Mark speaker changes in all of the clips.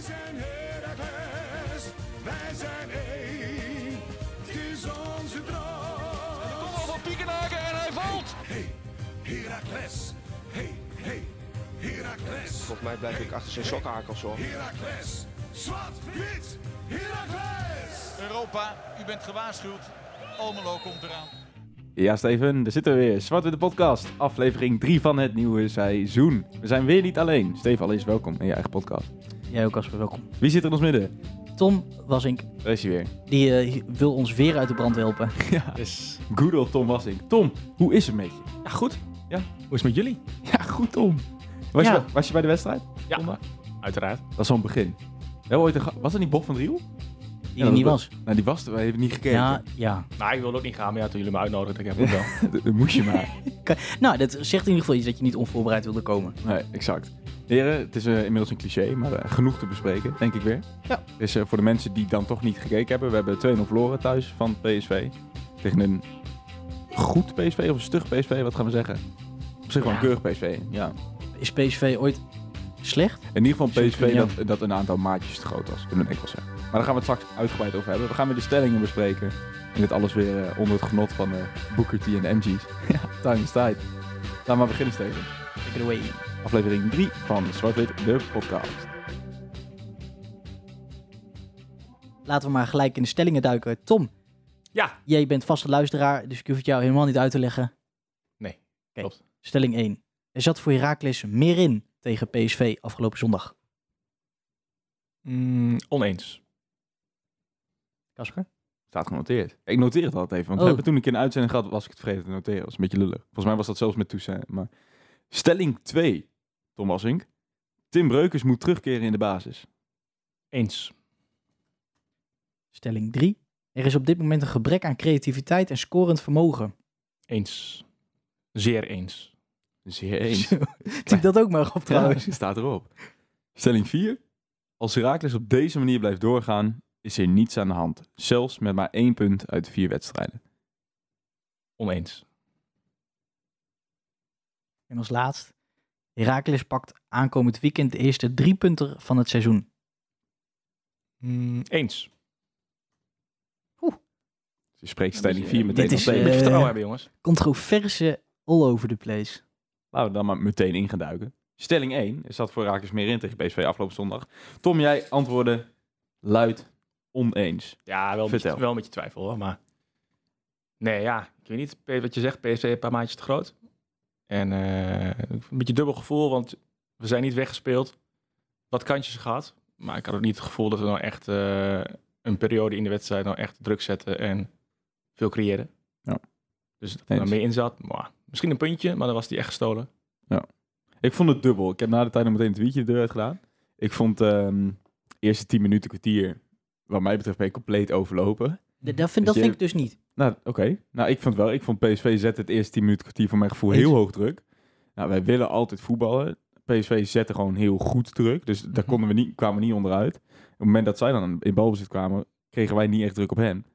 Speaker 1: zijn Heracles, wij zijn één. Het is onze droom.
Speaker 2: Kom van Piekenhaken en hij valt.
Speaker 1: Hey, Heracles. Hey, hey, Heracles.
Speaker 3: Volgens mij blijf ik achter zijn sokkenhaak of zo.
Speaker 1: Heracles. Zwart, wit, Heracles.
Speaker 2: Europa, u bent gewaarschuwd. Almelo komt eraan.
Speaker 4: Ja, Steven, daar zitten we weer. Zwart de podcast, aflevering 3 van het nieuwe seizoen. We zijn weer niet alleen. Steven, allereerst welkom in je eigen podcast.
Speaker 5: Jij ook, Casper, welkom.
Speaker 4: Wie zit er in ons midden?
Speaker 5: Tom Wassink,
Speaker 4: Daar is hij weer.
Speaker 5: die eh, wil ons weer uit de brand helpen.
Speaker 4: Good old Tom Wassink. Tom, hoe is het met je?
Speaker 6: Ja, goed.
Speaker 4: Ja.
Speaker 6: Hoe is het met jullie?
Speaker 4: Ja, goed Tom. Was,
Speaker 5: Ja.
Speaker 4: je, was je bij de wedstrijd?
Speaker 6: Ja.
Speaker 4: Zondag?
Speaker 6: Uiteraard.
Speaker 4: Dat is zo'n begin. We hebben ooit een ga- was dat niet Bob van Driel?
Speaker 5: Die er niet was.
Speaker 4: Nou, die was er. We hebben niet gekeken.
Speaker 5: Ja, ja.
Speaker 6: Nou, ik wilde ook niet gaan, maar ja, toen jullie me uitnodigden, ik heb ook wel.
Speaker 4: Dat dat moest je maar.
Speaker 5: Ka- Nou, dat zegt in ieder geval iets dat je niet onvoorbereid wilde komen.
Speaker 4: Nee, exact. Heren, het is eh, inmiddels een cliché, maar eh, genoeg te bespreken, denk ik weer.
Speaker 5: Ja.
Speaker 4: Dus eh, voor de mensen die dan toch niet gekeken hebben, we hebben 2-0 verloren thuis van PSV. Tegen een goed PSV of een stug PSV, wat gaan we zeggen? Op zich wel een
Speaker 5: Ja.
Speaker 4: keurig PSV, ja.
Speaker 5: Is PSV ooit slecht?
Speaker 4: In ieder geval een
Speaker 5: Zoek
Speaker 4: PSV
Speaker 5: je
Speaker 4: dat, dat een aantal maatjes te groot was, kunnen we denk ik wel zeggen. Maar daar gaan we het straks uitgebreid over hebben. We gaan weer de stellingen bespreken. En dit alles weer eh, onder het genot van eh Booker T en de MG's. ja, time is tight. Laten we maar beginnen, Steven.
Speaker 5: Take it away.
Speaker 4: Aflevering 3 van Zwart-Wit, de podcast.
Speaker 5: Laten we maar gelijk in de stellingen duiken. Tom,
Speaker 6: Ja.
Speaker 5: jij bent vaste luisteraar, dus ik hoef het jou helemaal niet uit te leggen.
Speaker 6: Nee,
Speaker 5: Oké,
Speaker 6: klopt.
Speaker 5: Stelling 1. Er zat voor Heracles meer in tegen PSV afgelopen zondag.
Speaker 6: Mm, oneens.
Speaker 5: Casper?
Speaker 4: Staat genoteerd. Ik noteer het altijd even, want we
Speaker 5: Oh.
Speaker 4: hebben toen een keer een uitzending gehad, was ik het vergeten te noteren. Dat is een beetje lullig. Volgens mij was dat zelfs met Toussaint. Maar stelling 2, Tom Wassink. Tim Breukers moet terugkeren in de basis.
Speaker 6: Eens.
Speaker 5: Stelling 3. Er is op dit moment een gebrek aan creativiteit en scorend vermogen.
Speaker 6: Eens. Zeer eens.
Speaker 4: Zeer eens.
Speaker 5: Typ dat ook maar op trouwens.
Speaker 4: Trouwens, staat erop. Stelling 4. Als Herakles op deze manier blijft doorgaan, is er niets aan de hand. Zelfs met maar één punt uit de vier wedstrijden. Dus
Speaker 6: Oneens.
Speaker 5: En als laatst, Heracles pakt aankomend weekend de eerste driepunter van het seizoen.
Speaker 6: Mm, eens.
Speaker 4: Dus je spreekt stelling 4 meteen
Speaker 5: dit
Speaker 4: al
Speaker 5: is,
Speaker 4: tegen.
Speaker 6: Een beetje
Speaker 5: eh,
Speaker 6: vertrouwen hebben, jongens.
Speaker 5: Controverse all over the place.
Speaker 4: Laten we dan maar meteen in gaan duiken. Stelling 1 is dat voor Herakles meer in tegen PSV afgelopen zondag. Tom, jij antwoordde luid oneens.
Speaker 6: Ja, wel, een beetje,
Speaker 4: Vertel.
Speaker 6: wel een beetje twijfel hoor, maar... Nee, ja, ik weet niet P- wat je zegt. PSV een paar maatjes te groot. En eh, een beetje dubbel gevoel, want we zijn niet weggespeeld. Wat kansjes gehad, maar ik had ook niet het gevoel dat we nou echt eh, een periode in de wedstrijd nou echt druk zetten en veel creëren.
Speaker 4: Ja.
Speaker 6: Dus dat er
Speaker 4: Eens.
Speaker 6: nou meer in zat, mwah. misschien een puntje, maar dan was die echt gestolen.
Speaker 4: Ik vond het dubbel. Ik heb na de tijd nog meteen het wietje de deur uit gedaan. Ik vond ehm, de eerste 10 minuten kwartier, wat mij betreft, ben ik compleet overlopen.
Speaker 5: D- Dat vind,
Speaker 4: Dus
Speaker 5: dat
Speaker 4: je-
Speaker 5: vind ik dus niet.
Speaker 4: Nou, oké. Nou, ik vond wel. Ik vond PSV zette het eerste 10 minuten kwartier voor mijn gevoel heel
Speaker 5: Eens.
Speaker 4: hoog druk. Nou, wij willen altijd voetballen. PSV zette gewoon heel goed druk. Dus
Speaker 5: Mhm.
Speaker 4: daar konden we niet, kwamen we niet onderuit. Op het moment dat zij dan in balbezit kwamen, kregen wij niet echt druk op hen.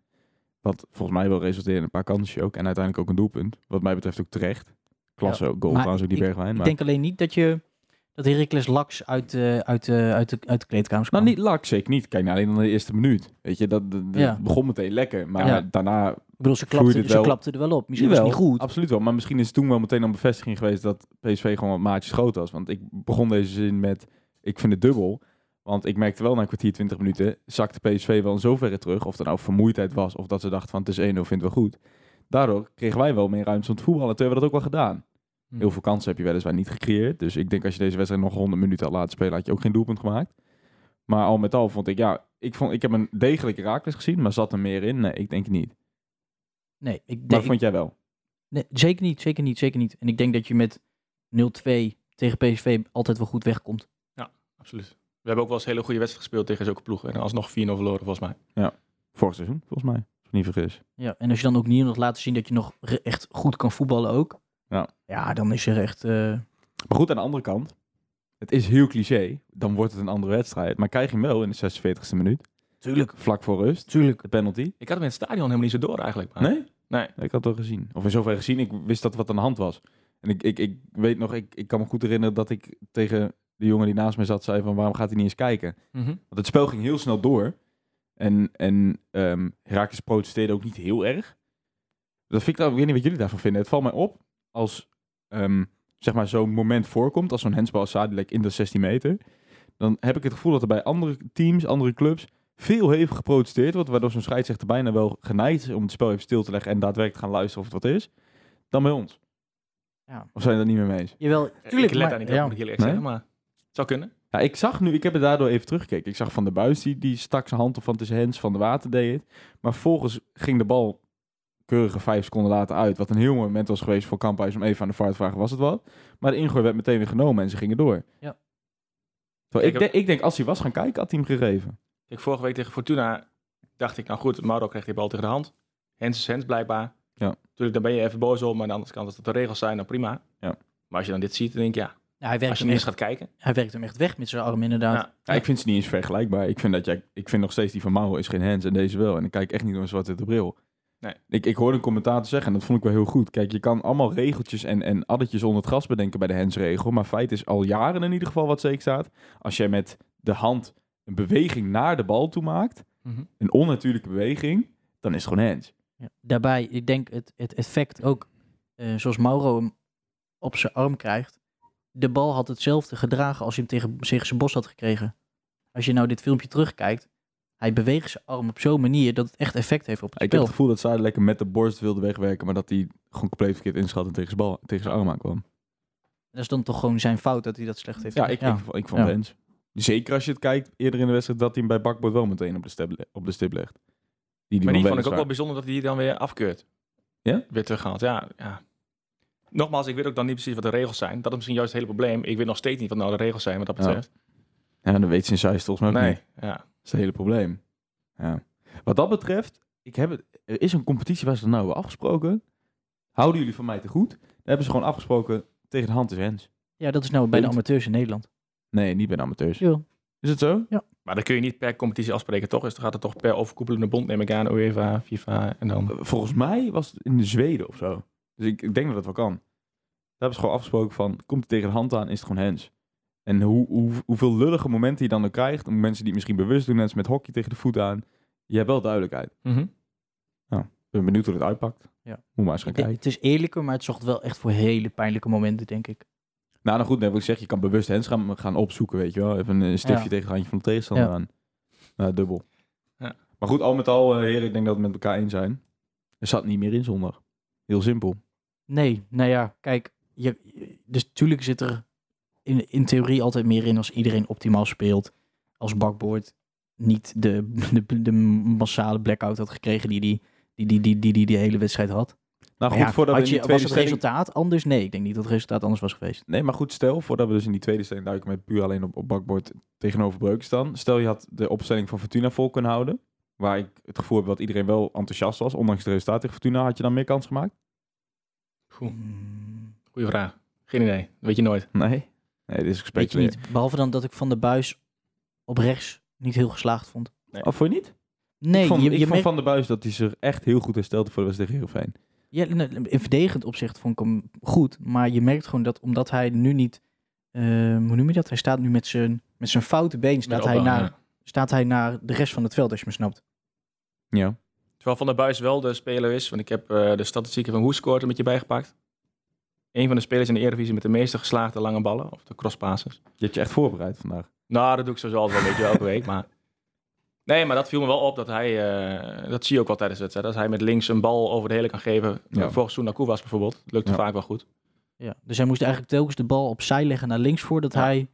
Speaker 4: Wat volgens mij wel resulteerde in een paar kansjes ook. En uiteindelijk ook een doelpunt. Wat mij betreft ook terecht. Klasse ook goal
Speaker 5: maar
Speaker 4: trouwens ook die
Speaker 5: ik-
Speaker 4: Bergwijn.
Speaker 5: Ik
Speaker 4: Maar...
Speaker 5: denk alleen niet dat je dat Heracles laks uit, eh, uit, eh, uit, de, uit de kleedkamers
Speaker 4: Nou,
Speaker 5: kwam.
Speaker 4: niet lak, zeker niet. Kijk, nou, alleen dan de eerste minuut. Weet je, dat, dat- dat
Speaker 5: Ja.
Speaker 4: begon meteen lekker. Maar
Speaker 5: Ja.
Speaker 4: daarna
Speaker 5: Ik bedoel, ze
Speaker 4: Vloeide
Speaker 5: klapte,
Speaker 4: het
Speaker 5: ze
Speaker 4: wel.
Speaker 5: klapte er wel op. Misschien was het
Speaker 4: Jawel,
Speaker 5: niet goed.
Speaker 4: Absoluut wel. Maar misschien is het toen wel meteen een bevestiging geweest dat PSV gewoon wat maatjes groot was. Want ik begon deze zin met, ik vind het dubbel. Want ik merkte wel na een kwartier, 20 minuten, zakte PSV wel in zoverre terug. Of er nou vermoeidheid was, of dat ze dachten van het is 1-0, vindt wel goed. Daardoor kregen wij wel meer ruimte om te voetballen. Toen hebben we dat ook wel gedaan.
Speaker 5: Hm.
Speaker 6: Hmm.
Speaker 4: Heel veel kansen heb je weliswaar niet gecreëerd. Dus ik denk als je deze wedstrijd nog 100 minuten had laten spelen, had je ook geen doelpunt gemaakt. Maar al met al vond ik, ja, ik, vond, ik heb een degelijke raakles gezien, maar zat er meer in? Nee, ik denk het niet.
Speaker 5: Nee, ik,
Speaker 4: Maar
Speaker 5: denk-
Speaker 4: vond jij wel?
Speaker 5: nee, zeker niet, zeker niet, zeker niet. En ik denk dat je met 0-2 tegen PSV altijd wel goed wegkomt.
Speaker 6: Absoluut. We hebben ook wel eens hele goede wedstrijd gespeeld tegen zulke ploegen. En alsnog 4-0 verloren volgens mij.
Speaker 4: Vorig seizoen, volgens mij. Als ik me niet vergis.
Speaker 5: Ja, en als je dan ook niet nog laat zien dat je nog re- echt goed kan voetballen ook.
Speaker 4: Ja.
Speaker 5: ja dan is er echt... eh,
Speaker 4: Maar goed, aan de andere kant, het is heel cliché. Dan wordt het een andere wedstrijd. Maar krijg je hem wel in de 46e minuut. Tuurlijk. Vlak voor rust. Tuurlijk. De penalty.
Speaker 6: Ik had hem in het stadion helemaal niet zo door eigenlijk. Maar...
Speaker 4: Ah. Nee?
Speaker 6: Nee.
Speaker 4: Ik had het wel gezien. Of in zoverre gezien, ik wist dat wat aan de hand was. En ik, ik, ik weet nog, ik, ik kan me goed herinneren dat ik tegen de jongen die naast mij zat zei van waarom gaat hij niet eens kijken?
Speaker 6: Mhm.
Speaker 4: Want het spel ging heel snel door. En, en ehm Herakles protesteerde ook niet heel erg. Dat vind ik dan, ik weet niet wat jullie daarvan vinden. Het valt mij op als ehm, zeg maar zo'n moment voorkomt, als zo'n hensbal Sadilek in de 16 meter. Dan heb ik het gevoel dat er bij andere teams, andere clubs, veel hevig geprotesteerd wordt. Waardoor zo'n scheidsrechter bijna wel geneigd is om het spel even stil te leggen en daadwerkelijk te gaan luisteren of het wat is. Dan bij ons.
Speaker 5: Ja.
Speaker 4: Of zijn je het niet mee eens?
Speaker 5: Jawel, tuurlijk.
Speaker 6: ik let
Speaker 5: maar-
Speaker 6: daar niet
Speaker 5: ja.
Speaker 6: op, moet ik heel eerlijk
Speaker 4: Nee?
Speaker 6: zeggen, maar het zou kunnen.
Speaker 4: Ja, ik zag nu, ik heb het daardoor even teruggekeken. Ik zag Van der Buis, die, die stak zijn hand op van tussen Hens van de Water deed het. Maar volgens ging de bal keurige vijf seconden later uit. Wat een heel mooi moment was geweest voor Kamphuis om even aan de vaart te vragen, was het wat? Maar de ingooi werd meteen weer genomen en ze gingen door.
Speaker 5: Ja.
Speaker 4: Terwijl ik,
Speaker 6: Kijk,
Speaker 4: de- ik denk, als hij was gaan kijken, had hij hem gegeven.
Speaker 6: Kijk, vorige week tegen Fortuna dacht ik, nou goed, Mauro kreeg die bal tegen de hand. Hens is Hens blijkbaar.
Speaker 4: Ja.
Speaker 6: Natuurlijk, daar ben je even boos om, maar aan de andere kant, als dat de regels zijn, dan prima.
Speaker 4: Ja.
Speaker 6: Maar als je dan dit ziet, dan denk je, ja,
Speaker 5: Ja, hij, werkt
Speaker 6: als je
Speaker 5: hem
Speaker 6: niet eens
Speaker 5: echt,
Speaker 6: gaat kijken.
Speaker 5: hij werkt hem echt weg met zijn arm, inderdaad.
Speaker 6: Ja.
Speaker 4: Ja, ik vind ze niet eens vergelijkbaar. Ik vind, dat jij, ik vind nog steeds die van Mauro is geen Hens en deze wel. En ik kijk echt niet door een zwarte bril.
Speaker 6: Nee.
Speaker 4: Ik, ik hoorde een commentator zeggen, en dat vond ik wel heel goed. Kijk, je kan allemaal regeltjes en, en addertjes onder het gras bedenken bij de Hens-regel. Maar feit is al jaren in ieder geval wat zeker staat. Als jij met de hand een beweging naar de bal toe maakt,
Speaker 6: Mhm.
Speaker 4: een onnatuurlijke beweging, dan is het gewoon Hens.
Speaker 5: Ja. Daarbij, ik denk het, het effect ook, eh, zoals Mauro hem op zijn arm krijgt. De bal had hetzelfde gedragen als hij hem tegen, tegen zijn bos had gekregen. Als je nou dit filmpje terugkijkt, hij beweegt zijn arm op zo'n manier dat het echt effect heeft op
Speaker 4: Ik
Speaker 5: het
Speaker 4: heb
Speaker 5: spel.
Speaker 4: het gevoel dat Zadel lekker met de borst wilde wegwerken, maar dat hij gewoon compleet verkeerd inschat en tegen zijn, bal, tegen zijn arm aankwam.
Speaker 5: Dat is dan toch gewoon zijn fout dat hij dat slecht heeft
Speaker 4: Ja, ik,
Speaker 5: gedaan.
Speaker 4: Ik, ik vond
Speaker 5: Ja.
Speaker 4: Hens. Zeker als je het kijkt eerder in de wedstrijd dat hij hem bij Bakboord wel meteen op de, stip, op de stip legt. Die,
Speaker 6: maar die
Speaker 4: man
Speaker 6: vond ik ook wel
Speaker 4: weliswaar-
Speaker 6: bijzonder dat hij die dan weer afkeurt.
Speaker 4: Ja?
Speaker 6: Weer teruggehaald, ja, ja. Nogmaals, ik weet ook dan niet precies wat de regels zijn. Dat is misschien juist het hele probleem. Ik weet nog steeds niet wat nou de regels zijn wat dat
Speaker 4: Ja,
Speaker 6: betreft.
Speaker 4: Ja, dat weet ze in Zeist volgens mij ook
Speaker 6: nee,
Speaker 4: niet.
Speaker 6: ja.
Speaker 4: Dat is het hele probleem. Ja. Wat dat betreft, ik heb het, er is een competitie waar ze dat nou hebben afgesproken. Houden jullie van mij te goed? Daar hebben ze gewoon afgesproken tegen de hand is Hens.
Speaker 5: Ja, dat is nou bij de
Speaker 4: Punt.
Speaker 5: amateurs in Nederland.
Speaker 4: Nee, niet bij de amateurs.
Speaker 5: Ja.
Speaker 4: Is het zo?
Speaker 6: Maar dan kun je niet per competitie afspreken, toch? Dus dan gaat het toch per overkoepelende bond, neem ik aan. UEFA, FIFA en dan...
Speaker 4: Volgens mij was het in de Zweden of zo. Dus ik, ik denk dat dat wel kan. Daar hebben ze gewoon afgesproken van, komt het tegen de hand aan, is het gewoon hands. En hoe, hoe, hoeveel lullige momenten je dan ook krijgt, om mensen die het misschien bewust doen, mensen met hockey tegen de voet aan, je hebt wel duidelijkheid.
Speaker 5: Mhm.
Speaker 4: Ik ben benieuwd hoe het uitpakt.
Speaker 5: Ja.
Speaker 4: Moet maar eens gaan kijken.
Speaker 5: Het is eerlijker, maar het zorgt wel echt voor hele pijnlijke momenten, denk ik.
Speaker 4: Nou, nou goed, net wat ik zeg, je kan bewust hands gaan, gaan opzoeken, weet je wel. Even een stiftje
Speaker 5: Ja.
Speaker 4: tegen het handje van de tegenstander
Speaker 5: Ja.
Speaker 4: aan. Nou, dubbel.
Speaker 6: Ja.
Speaker 4: Maar goed, al met al, eh, heren, ik denk dat we het met elkaar eens zijn. Er zat niet meer in zondag. Heel simpel.
Speaker 5: Nee, nou ja, kijk, je, dus tuurlijk zit er in, in theorie altijd meer in als iedereen optimaal speelt. Als bakboord niet de, de, de massale blackout had gekregen die die, die, die, die, die, die, die hele wedstrijd had.
Speaker 4: Nou goed,
Speaker 5: Maar ja,
Speaker 4: voordat we
Speaker 5: had
Speaker 4: in
Speaker 5: je,
Speaker 4: die tweede
Speaker 5: was het
Speaker 4: stelling-
Speaker 5: resultaat anders? Nee, ik denk niet dat het resultaat anders was geweest.
Speaker 4: Nee, maar goed, stel, voordat we dus in die tweede stelling duiken met puur alleen op, op bakbord tegenover Breukenstan. Stel, je had de opstelling van Fortuna vol kunnen houden. Waar ik het gevoel heb dat iedereen wel enthousiast was. Ondanks het resultaat tegen Fortuna had je dan meer kans gemaakt?
Speaker 6: Oeh,
Speaker 5: Mm,
Speaker 6: goeie vraag. Geen idee. Dat weet je nooit.
Speaker 4: Nee. Nee, dit is
Speaker 5: Weet je
Speaker 4: gespeculeerd.
Speaker 5: niet. Behalve dan dat ik van de buis op rechts niet heel geslaagd Oh, vond.
Speaker 4: Of vond je niet?
Speaker 5: Nee,
Speaker 4: ik vond,
Speaker 5: je,
Speaker 4: ik
Speaker 5: je
Speaker 4: vond
Speaker 5: merkt-
Speaker 4: Van der Buis dat hij zich echt heel goed herstelde voor de wedstrijd tegen Heerenveen.
Speaker 5: Ja, in in verdedigend opzicht vond ik hem goed. Maar je merkt gewoon dat omdat hij nu niet... eh, hoe noem je dat? Hij staat nu met zijn, met zijn foute been staat hij, naar, staat hij naar de rest van het veld, als je me snapt.
Speaker 4: Ja.
Speaker 6: Terwijl Van der Buis wel de speler is, want ik heb eh, de statistieken van Hoescoort een beetje bijgepakt. Een van de spelers in de Eredivisie met de meeste geslaagde lange ballen, of de crosspases.
Speaker 4: Je hebt je echt voorbereid vandaag.
Speaker 6: Nou, dat doe ik sowieso altijd wel een beetje elke week, maar... Nee, maar dat viel me wel op, dat hij, eh, dat zie je ook wel tijdens de wedstrijd, dat hij met links een bal over de hele kan geven.
Speaker 4: Ja.
Speaker 6: Ja. Volgens Sunaku was bijvoorbeeld, lukte
Speaker 4: Ja.
Speaker 6: vaak wel goed.
Speaker 5: Ja. Dus hij moest eigenlijk telkens de bal opzij leggen naar links voordat
Speaker 6: Ja.
Speaker 5: hij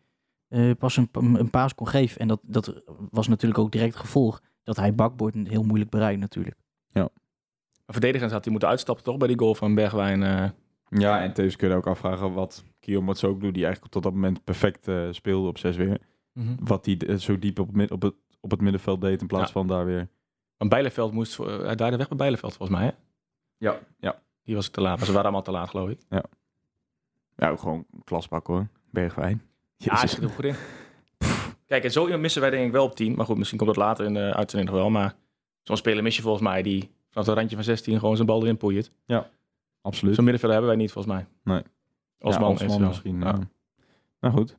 Speaker 5: eh, pas een, een paas kon geven. En dat, dat was natuurlijk ook direct gevolg dat hij bakboord heel moeilijk bereikt natuurlijk.
Speaker 6: Maar verdedigend had hij moeten uitstappen toch, bij die goal van Bergwijn. eh.
Speaker 4: Ja, en tevens kun je ook afvragen wat Kiyomatsu ook doet. Die eigenlijk tot dat moment perfect eh, speelde op 6 weer. Wat hij eh, zo diep op, het mid- op, het, op het middenveld deed in plaats
Speaker 6: Ja.
Speaker 4: van daar weer...
Speaker 6: Want Bijleveld moest, voor- hij draaide weg bij Bijleveld volgens mij, hè?
Speaker 4: Ja. Ja.
Speaker 6: Die was te laat, maar ze waren allemaal te laat, geloof ik.
Speaker 4: Ja, Nou, gewoon klasbak hoor. Bergwijn.
Speaker 6: Ja, Ah, hij schiet er goed in. Kijk, en zo iemand missen wij denk ik wel op 10. Maar goed, misschien komt dat later in de uitzending nog wel. Maar zo'n speler mis je volgens mij die vanaf het randje van 16 gewoon zijn bal erin poeiert.
Speaker 4: Absoluut.
Speaker 6: Zo'n middenvelder hebben wij niet volgens mij.
Speaker 4: Nee.
Speaker 6: Als man
Speaker 4: Osman misschien.
Speaker 6: Ja.
Speaker 4: ja. Nou goed.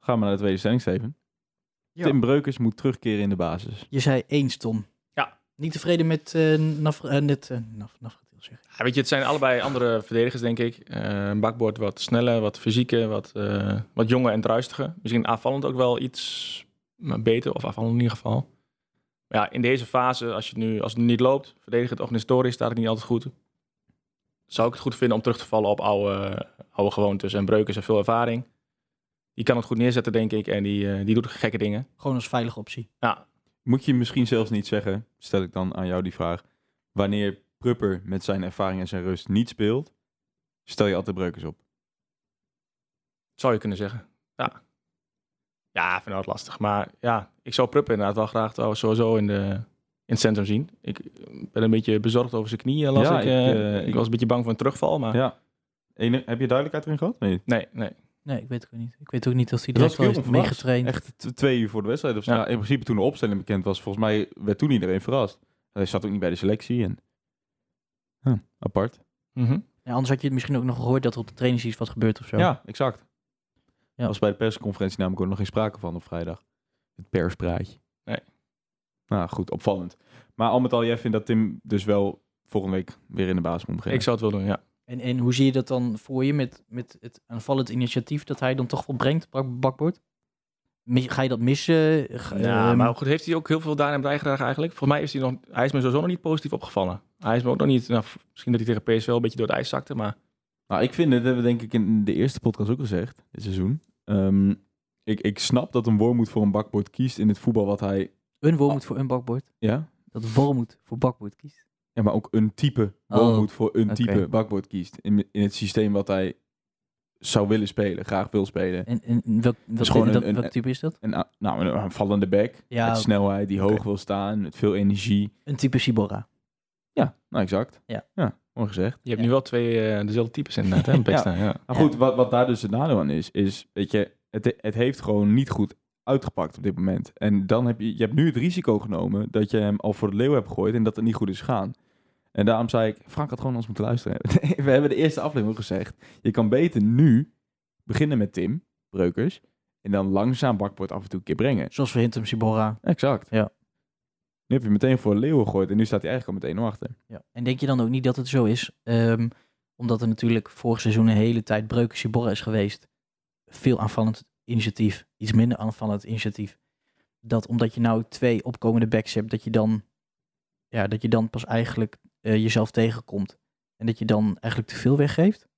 Speaker 4: Gaan we naar de tweede stelling, Steven.
Speaker 5: Ja.
Speaker 4: Tim Breukers moet terugkeren in de basis.
Speaker 5: Je zei eens, Tom.
Speaker 6: Ja.
Speaker 5: Niet tevreden met eh Naf- eh, net, eh, Naf- Nafratil, zeg ik.
Speaker 6: Ja, weet je, het zijn allebei andere verdedigers, denk ik. Eh een bakboord wat sneller, wat fysieke, wat, eh, wat jonger en druistiger. Misschien aanvallend ook wel iets maar beter, of aanvallend in ieder geval. Maar ja, in deze fase, als, je het nu, als het nu niet loopt, verdedigend organisatorisch staat het niet altijd goed. Zou ik het goed vinden om terug te vallen op oude, oude gewoontes en breukers en veel ervaring. Die kan het goed neerzetten, denk ik, en die, eh, die doet gekke dingen.
Speaker 5: Gewoon als veilige optie.
Speaker 4: Moet je misschien zelfs niet zeggen, stel ik dan aan jou die vraag, wanneer Prupper met zijn ervaring en zijn rust niet speelt, stel je altijd Breukers op.
Speaker 6: Zou je kunnen zeggen. Ja. Ja, ik vind dat lastig. Maar ja, ik zou Pruppen inderdaad wel graag trouwens sowieso in, de, in het centrum zien. Ik eh, ben een beetje bezorgd over zijn knieën, las
Speaker 4: Ja,
Speaker 6: ik.
Speaker 4: ik,
Speaker 6: eh.
Speaker 4: eh,
Speaker 6: ik
Speaker 4: ik-
Speaker 6: was een beetje bang voor een terugval, maar
Speaker 4: Ja. Enig- heb je duidelijkheid erin gehad? Nee.
Speaker 6: nee, nee.
Speaker 5: Nee, ik weet het ook niet. Ik weet ook niet of hij
Speaker 4: Dat
Speaker 5: direct
Speaker 4: was
Speaker 5: wel
Speaker 4: heel
Speaker 5: heeft
Speaker 4: onverwacht.
Speaker 5: meegetraind.
Speaker 4: Echt t- twee uur voor de wedstrijd. Of zo.
Speaker 6: Ja.
Speaker 4: Nou, in principe toen de opstelling bekend was, volgens mij werd toen iedereen verrast. Hij zat ook niet bij de selectie. En... Huh, apart.
Speaker 6: Mhm.
Speaker 5: Ja, anders had je het misschien ook nog gehoord dat er op de trainings iets wat gebeurt of zo.
Speaker 4: Ja, exact.
Speaker 5: Ja.
Speaker 4: Was bij de persconferentie namelijk ook nog geen sprake van op vrijdag. Het perspraatje.
Speaker 6: Nee.
Speaker 4: Nou goed, opvallend. Maar al met al, jij vindt dat Tim dus wel volgende week weer in de baas moet beginnen.
Speaker 6: Ik zou het wel doen, ja.
Speaker 5: En, en hoe zie je dat dan voor je met, met het aanvallend initiatief dat hij dan toch wel brengt, bak- bakboord? Mi- Ga je dat missen? Ga-
Speaker 6: Ja,
Speaker 5: ehm,
Speaker 6: Nou, maar goed, heeft hij ook heel veel daarin bijgedragen eigenlijk? Volgens mij is hij nog, hij is me sowieso nog niet positief opgevallen. Hij is me ook nog niet, nou, misschien dat hij tegen PSV wel een beetje door het ijs zakte, maar
Speaker 4: Nou, ik vind, het, dat hebben we denk ik in de eerste podcast ook gezegd, dit seizoen. Ehm, ik, ik snap dat een wormoed voor een bakbord kiest in het voetbal wat hij...
Speaker 5: Een wormoed voor een bakboord.
Speaker 4: Ja?
Speaker 5: Dat wormoed voor bakboord kiest.
Speaker 4: Ja, maar ook een type
Speaker 5: Oh,
Speaker 4: wormoed voor een
Speaker 5: oké.
Speaker 4: type bakbord kiest. In, in het systeem wat hij zou willen spelen, graag wil spelen.
Speaker 5: En, en welk, welk,
Speaker 4: gewoon
Speaker 5: dat-
Speaker 4: een- een-
Speaker 5: welk type is dat?
Speaker 4: En, ah, nou, een aanvallende back,
Speaker 5: Ja,
Speaker 4: met
Speaker 5: oké.
Speaker 4: snelheid, die hoog wil staan, met veel energie.
Speaker 5: Een type Sibora.
Speaker 4: Ja, nou exact.
Speaker 5: Ja.
Speaker 4: ja mooi gezegd.
Speaker 6: je hebt
Speaker 5: Ja.
Speaker 6: nu wel twee eh, dezelfde types inderdaad, hè? in Peksta, ja.
Speaker 4: Maar
Speaker 5: Ja.
Speaker 4: goed, wat, wat daar dus het nadeel aan is, is, weet je, het, het heeft gewoon niet goed uitgepakt op dit moment. En dan heb je, je hebt nu het risico genomen dat je hem al voor de leeuw hebt gegooid en dat het niet goed is gegaan. En daarom zei ik, Frank had gewoon ons moeten luisteren. We hebben de eerste aflevering al gezegd, je kan beter nu beginnen met Tim, Breukers, en dan langzaam bakbord af en toe een keer brengen.
Speaker 5: Zoals we Hintum Sibora.
Speaker 4: Exact.
Speaker 5: Ja.
Speaker 4: Nu heb je hem meteen voor de leeuwen gegooid en nu staat hij eigenlijk al meteen achter.
Speaker 5: Ja. En denk je dan ook niet dat het zo is? Ehm, omdat er natuurlijk vorig seizoen een hele tijd breuken Sibora is geweest. Veel aanvallend initiatief. Iets minder aanvallend initiatief. Dat omdat je nou twee opkomende backs hebt, dat je dan, ja, dat je dan pas eigenlijk eh, jezelf tegenkomt. En dat je dan eigenlijk te veel weggeeft.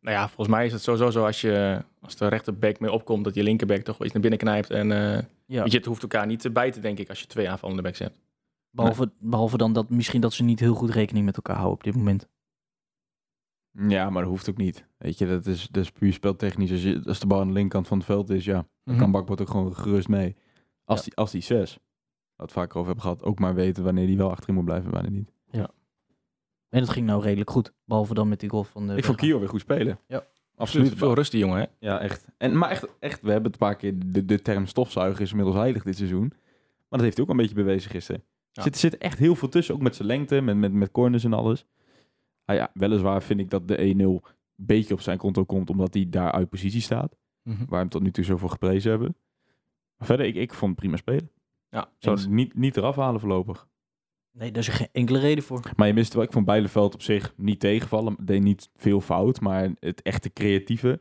Speaker 6: Nou ja, volgens mij is het sowieso zo als, je, als de rechterback mee opkomt, dat je linkerback toch wel iets naar binnen knijpt. En eh,
Speaker 5: Ja.
Speaker 6: weet je, het hoeft elkaar niet te bijten, denk ik, als je twee aanvallende backs hebt.
Speaker 5: Behalve, behalve dan dat misschien dat ze niet heel goed rekening met elkaar houden op dit moment.
Speaker 4: Ja, maar dat hoeft ook niet. Weet je, dat is, dat is puur speltechnisch. Als, je, als de bal aan de linkerkant van het veld is, ja, dan kan Bakbord ook gewoon gerust mee. Als,
Speaker 5: Ja.
Speaker 4: die, als die zes, wat we vaker over hebben gehad, ook maar weten wanneer die wel achterin moet blijven en wanneer niet.
Speaker 5: En dat ging nou redelijk goed. Behalve dan met die goal van eh, de.
Speaker 4: Ik vond Kio weer goed spelen.
Speaker 5: Ja.
Speaker 4: absoluut.
Speaker 6: Veel rust, die jongen, hè?
Speaker 4: Ja, echt. En, maar echt, echt, we hebben het een paar keer, de, de term stofzuiger is inmiddels heilig dit seizoen. Maar dat heeft hij ook een beetje bewezen gisteren.
Speaker 6: Ja.
Speaker 4: Zit, zit echt heel veel tussen, ook met zijn lengte, met, met, met corners en alles. Ah ja, weliswaar vind ik dat de 1-0 een beetje op zijn konto komt, omdat hij daar uit positie staat. waar we hem tot nu toe zoveel geprezen hebben. Maar verder, ik, ik vond het prima spelen.
Speaker 6: Ja,
Speaker 4: Zou
Speaker 6: eens.
Speaker 4: het niet, niet eraf halen voorlopig.
Speaker 5: Nee, daar is geen enkele reden voor.
Speaker 4: Maar je mist wel, ik vond Bijleveld op zich niet tegenvallen. Deed niet veel fout, maar het echte creatieve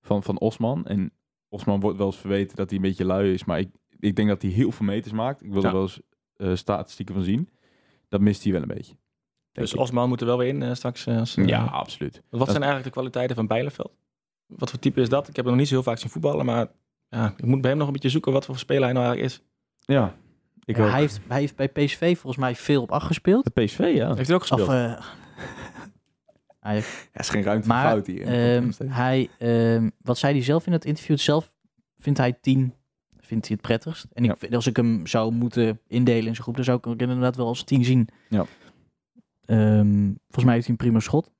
Speaker 4: van, van Osman. En Osman wordt wel eens verweten dat hij een beetje lui is. Maar ik, ik denk dat hij heel veel meters maakt. Ik wil
Speaker 6: Ja.
Speaker 4: er wel eens eh, statistieken van zien. Dat mist hij wel een beetje. denk
Speaker 6: dus
Speaker 4: ik.
Speaker 6: Osman moet er wel weer in eh, straks. eh, als, eh,
Speaker 4: ja, absoluut.
Speaker 6: Wat zijn eigenlijk de kwaliteiten van Bijleveld? Wat voor type is dat? Ik heb hem nog niet zo heel vaak zien voetballen, maar ja, ik moet bij hem nog een beetje zoeken wat voor speler hij nou eigenlijk is.
Speaker 4: Oh. Ja, ik
Speaker 5: Ja,
Speaker 4: ook.
Speaker 5: hij, heeft, hij heeft bij PSV volgens mij veel op acht gespeeld.
Speaker 4: Het PSV, ja.
Speaker 6: Heeft hij ook gespeeld?
Speaker 5: Of, eh, Ajax.
Speaker 4: Er is geen ruimte
Speaker 5: Maar,
Speaker 4: voor fout hier.
Speaker 5: Ehm, hij, ehm, wat zei hij zelf in het interview? Zelf vindt hij 10 vindt hij het prettigst. En ik,
Speaker 4: Ja.
Speaker 5: vind- als ik hem zou moeten indelen in zijn groep, dan zou ik hem inderdaad wel als 10 zien.
Speaker 4: Ja.
Speaker 5: Ehm, volgens mij heeft hij een prima schot.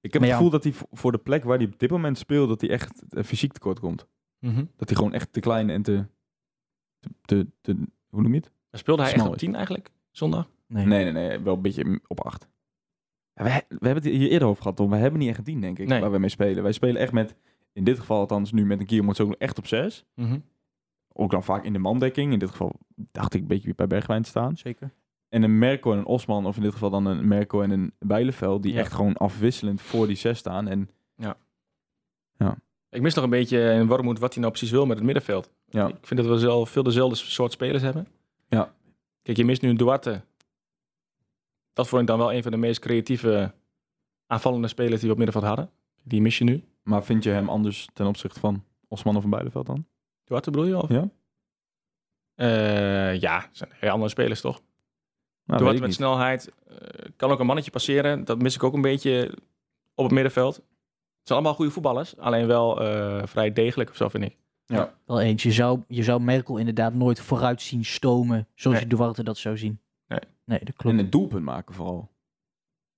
Speaker 4: Ik heb
Speaker 5: Maar
Speaker 4: het
Speaker 5: ja.
Speaker 4: gevoel dat hij vo- voor de plek waar hij op dit moment speelt, dat hij echt eh, fysiek tekort komt.
Speaker 6: Mhm.
Speaker 4: Dat hij gewoon echt te klein en te. te, te, te- hoe noem je het?
Speaker 6: Speelde hij echt
Speaker 4: Smal
Speaker 6: op
Speaker 4: is.
Speaker 6: 10 eigenlijk, zondag?
Speaker 5: Nee.
Speaker 4: Nee, nee, nee. Wel een beetje op acht. Ja, we, he- we hebben het hier eerder over gehad, Tom. We hebben niet echt een team, denk ik,
Speaker 6: Nee.
Speaker 4: waar we mee spelen. Wij spelen echt met in dit geval althans nu met een Guillermo ook echt op 6. Ook dan vaak in de mandekking. In dit geval dacht ik een beetje weer bij Bergwijn te staan.
Speaker 5: Zeker.
Speaker 4: En een Merkel en een Osman, of in dit geval dan een Merkel en een Bijleveld, die
Speaker 6: Ja.
Speaker 4: echt gewoon afwisselend voor die 6 staan. En
Speaker 6: Ik mis nog een beetje in Wormoed wat hij nou precies wil met het middenveld.
Speaker 4: Ja.
Speaker 6: Ik vind dat we zelf veel dezelfde soort spelers hebben.
Speaker 4: Ja.
Speaker 6: Kijk, je mist nu een Duarte. Dat vond ik dan wel een van de meest creatieve aanvallende spelers die we op middenveld hadden. Die mis je nu.
Speaker 4: Maar vind je hem anders ten opzichte van Osman of Van Bijleveld dan?
Speaker 6: Duarte bedoel je al?
Speaker 4: Ja.
Speaker 6: Eh, ja, dat zijn heel andere spelers toch?
Speaker 4: Nou,
Speaker 6: Duarte
Speaker 4: weet ik
Speaker 6: met
Speaker 4: niet.
Speaker 6: snelheid. eh, kan ook een mannetje passeren. Dat mis ik ook een beetje op het middenveld. Het zijn allemaal goede voetballers. Alleen wel eh, vrij degelijk of zo vind ik.
Speaker 5: Wel eens. Je zou, je zou Merkel inderdaad nooit vooruit zien stomen. Zoals
Speaker 6: Nee.
Speaker 5: je Duarte dat zou zien.
Speaker 6: Nee.
Speaker 5: nee dat klopt.
Speaker 4: En het doelpunt maken vooral.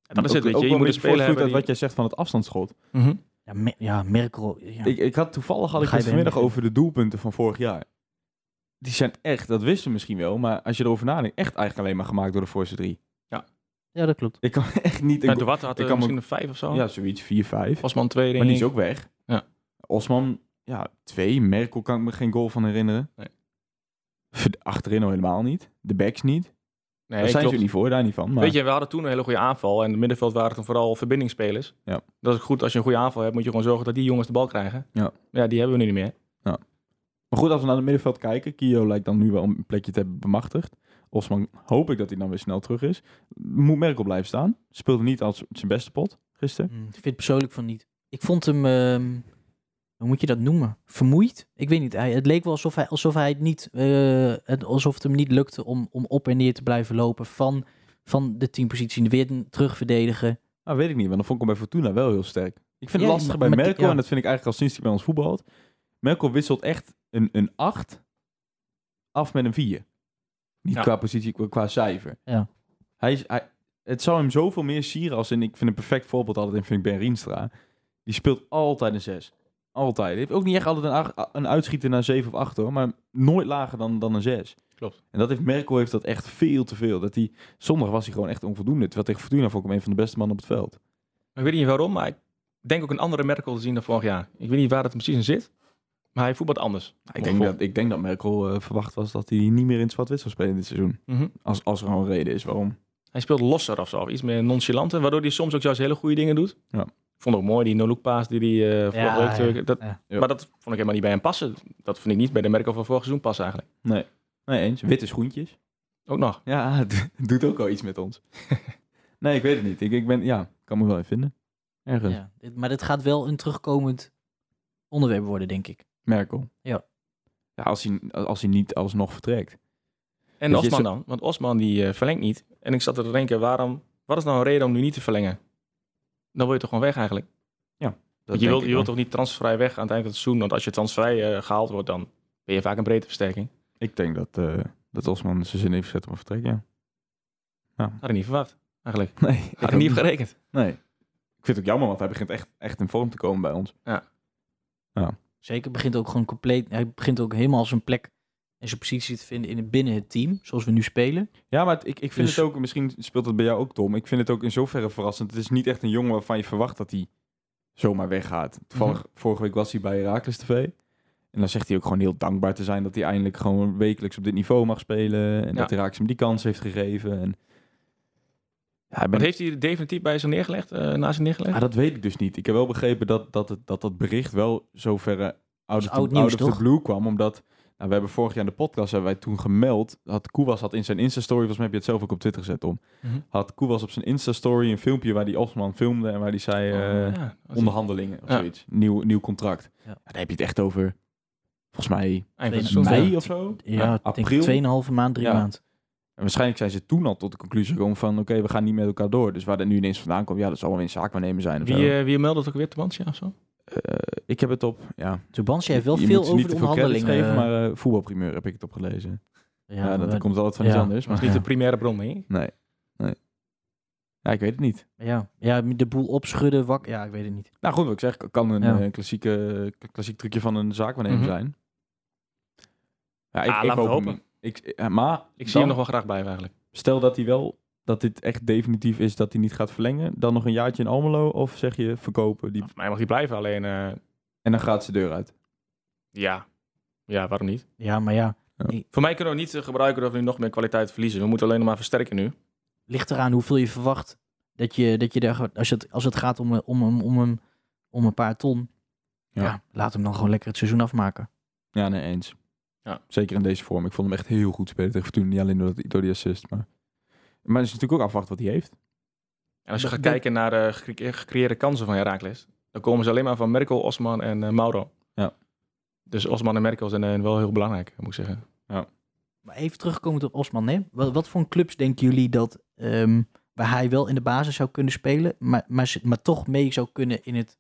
Speaker 6: dat is
Speaker 4: Ook- ook
Speaker 6: het, weet je.
Speaker 4: wel
Speaker 6: Je
Speaker 4: een
Speaker 6: moet een
Speaker 4: beetje
Speaker 6: speler
Speaker 4: voortvloed
Speaker 6: hebben
Speaker 4: uit
Speaker 6: die...
Speaker 4: wat jij zegt van het afstandsschot.
Speaker 6: Mhm.
Speaker 5: Ja, Mer- ja Merkel. Ja.
Speaker 4: Ik, ik had toevallig had ik
Speaker 5: Ga
Speaker 4: het
Speaker 5: je
Speaker 4: vanmiddag
Speaker 5: weer-
Speaker 4: over de doelpunten van vorig jaar. Die zijn echt, dat wisten we misschien wel, maar als je erover nadenkt, echt eigenlijk alleen maar gemaakt door de voorste drie.
Speaker 5: ja, dat klopt.
Speaker 4: Ik kan echt niet...
Speaker 6: Ja,
Speaker 4: Een
Speaker 6: Nou, Duarte
Speaker 4: ik
Speaker 6: had er
Speaker 4: kan me-
Speaker 6: misschien een vijf of zo.
Speaker 4: goal- ja, zoiets, 4-5.
Speaker 6: Pasman twee,
Speaker 4: Maar
Speaker 6: denk
Speaker 4: die
Speaker 6: ik.
Speaker 4: is ook weg.
Speaker 6: Ja.
Speaker 4: Osman, ja, 2. Merkel kan ik me geen goal van herinneren.
Speaker 6: Nee.
Speaker 4: Verd- Achterin al helemaal niet. De backs niet.
Speaker 6: Nee,
Speaker 4: Daar zijn
Speaker 6: klopt.
Speaker 4: ze niet voor, daar niet van. Maar...
Speaker 6: Weet je, we hadden toen een hele goede aanval. En in het middenveld waren het vooral verbindingsspelers.
Speaker 4: Ja.
Speaker 6: Dat is goed. Als je een goede aanval hebt, moet je gewoon zorgen dat die jongens de bal krijgen.
Speaker 4: Ja.
Speaker 6: Maar ja die hebben we nu niet meer.
Speaker 4: Maar goed, als we naar het middenveld kijken. Kio lijkt dan nu wel een plekje te hebben bemachtigd. Osman hoop ik dat hij dan weer snel terug is. Moet Merkel blijven staan. Speelde niet als zijn beste pot gisteren.
Speaker 5: Hm, Ik vind het persoonlijk van niet. Ik vond hem, ehm, hoe moet je dat noemen? Vermoeid? Ik weet niet. Hij, het leek wel alsof hij, alsof hij het niet, eh, het, alsof het hem niet lukte om, om op en neer te blijven lopen van, van de teampositie. Weer een- terug verdedigen.
Speaker 4: Nou, weet ik niet, want dan vond ik hem bij Fortuna wel heel sterk. Ik vind het
Speaker 5: Ja,
Speaker 4: lastig
Speaker 5: maar-
Speaker 4: bij
Speaker 5: maar-
Speaker 4: Merkel.
Speaker 5: ja.
Speaker 4: En dat vind ik eigenlijk al sinds hij bij ons voetbalt. Merkel wisselt echt een, een 8 af met een 4. Niet
Speaker 6: Ja.
Speaker 4: qua positie, qua, qua cijfer.
Speaker 5: Ja.
Speaker 4: Hij, is- hij, het zou hem zoveel meer sieren als in... Ik vind een perfect voorbeeld altijd in vind ik Ben Rienstra. Die speelt altijd een 6. Altijd. Hij heeft ook niet echt altijd een, acht- een uitschieter naar 7 of 8 hoor. Maar nooit lager dan, dan een 6.
Speaker 6: Klopt.
Speaker 4: En dat heeft Merkel heeft dat echt veel te veel. Dat hij, zondag was hij gewoon echt onvoldoende. Terwijl tegen Fortuna vond ik hem een van de beste mannen op het veld.
Speaker 6: Ik weet niet waarom, maar ik denk ook een andere Merkel te zien dan vorig jaar. Ik weet niet waar dat precies in zit. Maar hij voetbalt anders.
Speaker 4: Ik denk, dat, ik denk dat Merkel eh, verwacht was dat hij niet meer in het zwart-wit zou spelen dit seizoen.
Speaker 6: Mhm.
Speaker 4: Als, als er gewoon een reden is waarom.
Speaker 6: Hij speelt losser of zo. Of iets meer nonchalanter. Waardoor hij soms ook juist hele goede dingen doet.
Speaker 4: Ja.
Speaker 6: Ik vond ook mooi die no-look pass die hij eh, vorige
Speaker 5: Ja,
Speaker 6: week... terug-
Speaker 5: ja.
Speaker 6: Dat,
Speaker 5: Ja.
Speaker 4: Ja.
Speaker 6: Maar dat vond ik helemaal niet bij hem passen. Dat vond ik niet bij de Merkel van vorig seizoen passen eigenlijk.
Speaker 4: Nee, eens. Witte schoentjes.
Speaker 6: Ook nog.
Speaker 4: Ja, het doet ook al iets met ons. nee, ik weet het niet. Ik, ik ben, ja, kan me wel in vinden. Ergens.
Speaker 5: Ja. Dit- Maar dit gaat wel een terugkomend onderwerp worden, denk ik.
Speaker 4: Merkel.
Speaker 5: Ja.
Speaker 4: Ja, als hij, als hij niet alsnog vertrekt.
Speaker 6: En
Speaker 4: Dat Dus je
Speaker 6: Osman
Speaker 4: zo-
Speaker 6: dan? Want Osman die eh, verlengt niet. En ik zat er te denken, waarom, wat is nou een reden om nu niet te verlengen? Dan wil je toch gewoon weg eigenlijk?
Speaker 4: Dat
Speaker 6: je
Speaker 4: denk ik
Speaker 6: wilt, je wilt
Speaker 4: wel.
Speaker 6: toch niet transfervrij weg aan het eind van het seizoen? Want als je transfervrij eh, gehaald wordt, dan ben je vaak een breedte versterking.
Speaker 4: Ik denk dat, eh, dat Osman zijn zin heeft gezet om een vertrek, ja.
Speaker 6: Had ik niet verwacht, eigenlijk.
Speaker 4: Nee, ik
Speaker 6: Had
Speaker 4: ook
Speaker 6: ik niet
Speaker 4: niet.
Speaker 6: op gerekend.
Speaker 4: Nee. Ik vind het ook jammer, want hij begint echt, echt in vorm te komen bij ons.
Speaker 5: Zeker begint ook gewoon compleet. Hij begint ook helemaal zijn plek en zijn positie te vinden in, binnen het team, zoals we nu spelen.
Speaker 4: Ja, maar het- ik, ik vind
Speaker 5: Dus-
Speaker 4: het ook, misschien speelt het bij jou ook Tom, ik vind het ook in zoverre verrassend. Het is niet echt een jongen waarvan je verwacht dat hij zomaar weggaat. Toevallig, vorige week was hij bij Heracles TV. En dan zegt hij ook gewoon heel dankbaar te zijn dat hij eindelijk gewoon wekelijks op dit niveau mag spelen. En
Speaker 6: Ja.
Speaker 4: dat Heracles hem die kans heeft gegeven. En... Ja, ik ben-
Speaker 6: Wat heeft hij definitief bij zijn neergelegd, eh, naast zijn neergelegd?
Speaker 4: Ah, dat weet ik dus niet. Ik heb wel begrepen dat dat, het, dat, dat bericht wel zoverre out,
Speaker 5: is
Speaker 4: of,
Speaker 5: oud
Speaker 4: the,
Speaker 5: nieuws,
Speaker 4: out of the
Speaker 5: toch?
Speaker 4: blue kwam. Omdat, nou, we hebben vorig jaar in de podcast, hebben wij toen gemeld, had Koewas had in zijn Insta-story, volgens mij heb je het zelf ook op Twitter gezet, Tom.
Speaker 6: Mhm.
Speaker 4: Had Koewas op zijn Insta-story een filmpje waar die Osman filmde en waar hij zei eh,
Speaker 6: Oh, ja. Dat is
Speaker 4: onderhandelingen of
Speaker 6: Ja.
Speaker 4: zoiets. Nieuw, nieuw contract. Ja.
Speaker 5: Ja.
Speaker 4: daar heb je het echt over, volgens mij,
Speaker 6: eind van het
Speaker 5: Toen-
Speaker 4: mei
Speaker 6: seizoen.
Speaker 4: of zo.
Speaker 5: Ja, ik denk
Speaker 4: april?
Speaker 5: tweeënhalve maand, drie
Speaker 4: Ja.
Speaker 5: maand.
Speaker 4: En waarschijnlijk zijn ze toen al tot de conclusie gekomen van, oké, we gaan niet met elkaar door. Dus waar dat nu ineens vandaan komt, ja, dat zal wel weer een zaakwaarnemer zijn of
Speaker 6: Wie,
Speaker 4: zo.
Speaker 6: eh, wie meldde het ook weer, Tabansja of zo?
Speaker 4: Eh, ik heb het op, ja,
Speaker 5: Tubansi heeft wel
Speaker 4: Je
Speaker 5: veel
Speaker 4: moet ze
Speaker 5: over de
Speaker 4: niet te veel credits
Speaker 5: onderhandelingen.
Speaker 4: geven, maar eh, voetbalprimeur heb ik het opgelezen. Ja,
Speaker 5: maar-
Speaker 4: dat komt altijd van
Speaker 5: ja.
Speaker 4: iets anders.
Speaker 6: Dat
Speaker 4: Maar
Speaker 6: is niet de primaire bron, denk ik.
Speaker 4: Nee, nee. Ja, ik weet het niet.
Speaker 5: ja, ja, de boel opschudden, wak. Ja, ik weet het niet.
Speaker 4: Nou goed, wat ik zeg, kan een
Speaker 5: Ja.
Speaker 4: eh, klassieke, klassiek trucje van een zaakwaarnemer
Speaker 6: Mhm.
Speaker 4: zijn. Ja,
Speaker 6: Ah, laten we
Speaker 4: hem
Speaker 6: hopen.
Speaker 4: niet. Ik, eh, maar
Speaker 6: Ik zie
Speaker 4: dan,
Speaker 6: hem nog wel graag blijven eigenlijk.
Speaker 4: stel dat hij wel, dat dit echt definitief is dat hij niet gaat verlengen. Dan nog een jaartje in Almelo of zeg je verkopen? Die,
Speaker 6: Voor mij mag hij blijven, alleen eh,
Speaker 4: En dan gaat ze deur uit.
Speaker 6: Ja. Ja, waarom niet?
Speaker 5: Ja, maar ja,
Speaker 6: Voor mij kunnen we niet eh, gebruiken dat we nu nog meer kwaliteit verliezen. We moeten alleen nog maar versterken nu.
Speaker 5: ligt eraan hoeveel je verwacht dat je, dat je daar, als het, als het gaat om, eh, om, om, om, om, om een paar ton, ja.
Speaker 4: Ja.
Speaker 5: laat hem dan gewoon lekker het seizoen afmaken.
Speaker 4: Ja, nee, eens.
Speaker 6: Ja.
Speaker 4: Zeker in deze vorm. Ik vond hem echt heel goed spelen tegen Fortuna. Niet alleen door, dat- door die assist, maar... Maar het is natuurlijk ook afwachten wat hij heeft.
Speaker 6: En als je
Speaker 5: Dat-
Speaker 6: gaat
Speaker 5: dat-
Speaker 6: kijken naar de gecre- gecreëerde kansen van Herakles, dan komen ze alleen maar van Merkel, Osman en eh, Mauro.
Speaker 4: Ja.
Speaker 6: Dus Osman en Merkel zijn eh, wel heel belangrijk, moet ik zeggen.
Speaker 5: Maar even terugkomend op Osman, hè? Wat, wat voor clubs denken jullie dat ehm, waar hij wel in de basis zou kunnen spelen, maar, maar, ze- maar toch mee zou kunnen in het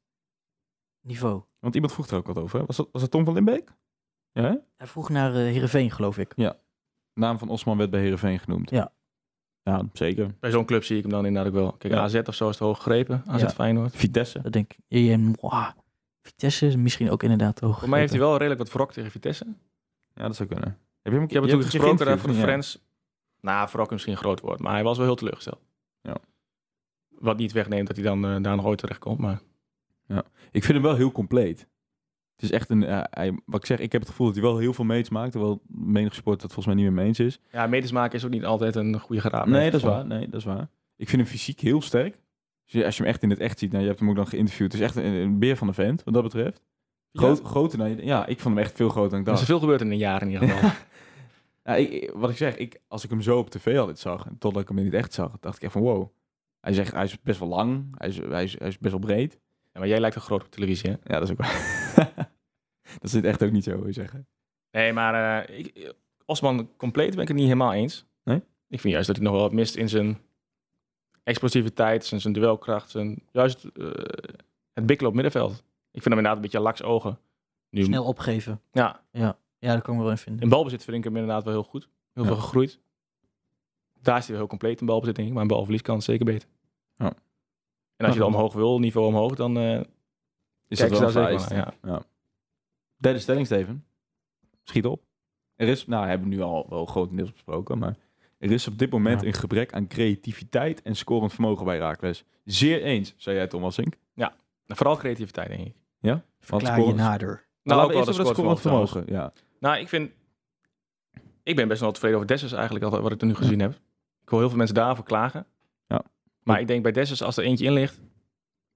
Speaker 5: niveau?
Speaker 4: Want iemand vroeg er ook wat over. hè? Was dat, was dat Tom van Limbeek? Ja, hè?
Speaker 5: Hij vroeg naar eh Heerenveen, geloof ik.
Speaker 4: Naam van Osman werd bij Heerenveen genoemd.
Speaker 5: Ja.
Speaker 4: Ja, zeker.
Speaker 6: Bij zo'n club zie ik hem dan inderdaad ook wel. Kijk,
Speaker 4: Ja.
Speaker 6: AZ of zo is het hoog gegrepen. AZ
Speaker 5: Ja.
Speaker 6: Feyenoord.
Speaker 4: Vitesse.
Speaker 5: Dat denk ik. Ja, mwah. Vitesse is misschien ook inderdaad hoog.
Speaker 6: Voor mij heeft hij wel redelijk wat wrok tegen Vitesse.
Speaker 4: Ja, dat zou kunnen. Heb je hem
Speaker 6: Ik heb
Speaker 4: je
Speaker 6: het toen
Speaker 4: hebt een keer
Speaker 6: gesproken daarvoor de
Speaker 4: geïnterviewd,
Speaker 6: Friends. Nou, wrok is misschien een groot woord, maar hij was wel heel teleurgesteld.
Speaker 4: Ja.
Speaker 6: Wat niet wegneemt dat hij dan eh, daar nog ooit terecht komt. Maar
Speaker 4: ja. Ik vind hem wel heel compleet. Het is echt een... eh, hij, wat ik zeg, ik heb het gevoel dat hij wel heel veel meets maakt. Terwijl menig sport dat volgens mij niet meer mee eens is.
Speaker 6: ja, medisch maken is ook niet altijd een goede geraad.
Speaker 4: Nee, dat is waar. Nee, dat is waar. Ik vind hem fysiek heel sterk. Dus je- als je hem echt in het echt ziet, nou, je hebt hem ook dan geïnterviewd. Het is echt een, een beer van de vent, wat dat betreft. Groot, Groter dan je... Ja, ik vond hem echt veel groter dan ik
Speaker 6: Er is
Speaker 4: dacht.
Speaker 6: veel gebeurd in een jaar in ieder geval.
Speaker 4: Ja, Nou, ik- ik- wat ik zeg, ik, als ik hem zo op tv altijd zag, en totdat ik hem in het echt zag, dacht ik echt van wow. Hij is, echt, hij is best wel lang, hij is, hij, is, hij is best wel breed.
Speaker 6: Ja, maar jij lijkt wel groot op televisie, hè?
Speaker 4: Ja, dat is ook waar. dat is in het echt ook niet zo, wil je zeggen.
Speaker 6: Nee, maar eh, ik, Osman compleet ben ik het niet helemaal eens.
Speaker 4: Nee?
Speaker 6: Ik vind juist dat hij nog wel wat mist in zijn explosiviteit, zijn, zijn duelkracht, zijn, juist eh, het bikkelen op middenveld. Ik vind hem inderdaad een beetje laks ogen. Nu,
Speaker 5: Snel opgeven.
Speaker 6: Ja,
Speaker 5: Ja, dat kan ik me wel in vinden.
Speaker 6: in balbezit vind ik hem inderdaad wel heel goed. Heel
Speaker 4: Ja.
Speaker 6: veel gegroeid. Daar is hij wel heel compleet in balbezit, denk ik. Maar in balverlies kan het zeker beter.
Speaker 4: Ja.
Speaker 6: En als je dan omhoog wil, niveau omhoog, dan eh
Speaker 4: Is
Speaker 6: kijk
Speaker 4: dat
Speaker 6: je
Speaker 4: wel
Speaker 6: daar zeker
Speaker 4: een
Speaker 6: wel
Speaker 4: vereiste?
Speaker 6: naar, ja.
Speaker 4: Derde stelling, Steven. Schiet op. Er is, nou, hebben we nu al wel grotendeels besproken, maar er is op dit moment
Speaker 5: Ja.
Speaker 4: een gebrek aan creativiteit en scorend vermogen bij Raakles. Zeer eens, zei jij Thomas Sink.
Speaker 6: En Vooral creativiteit, denk ik.
Speaker 5: Klaar je
Speaker 4: scorend-
Speaker 5: nader.
Speaker 4: Nou,
Speaker 6: ook
Speaker 4: laten we
Speaker 6: wel
Speaker 4: eerst over dat scorend
Speaker 6: scorevermogen
Speaker 4: vermogen. Ja.
Speaker 6: Nou, ik vind... Ik ben best wel tevreden over Dessers eigenlijk, altijd wat ik er nu gezien heb. Ik hoor heel veel mensen daarvoor klagen.
Speaker 4: Ja.
Speaker 6: Maar ik denk bij Dessers, als er eentje in ligt,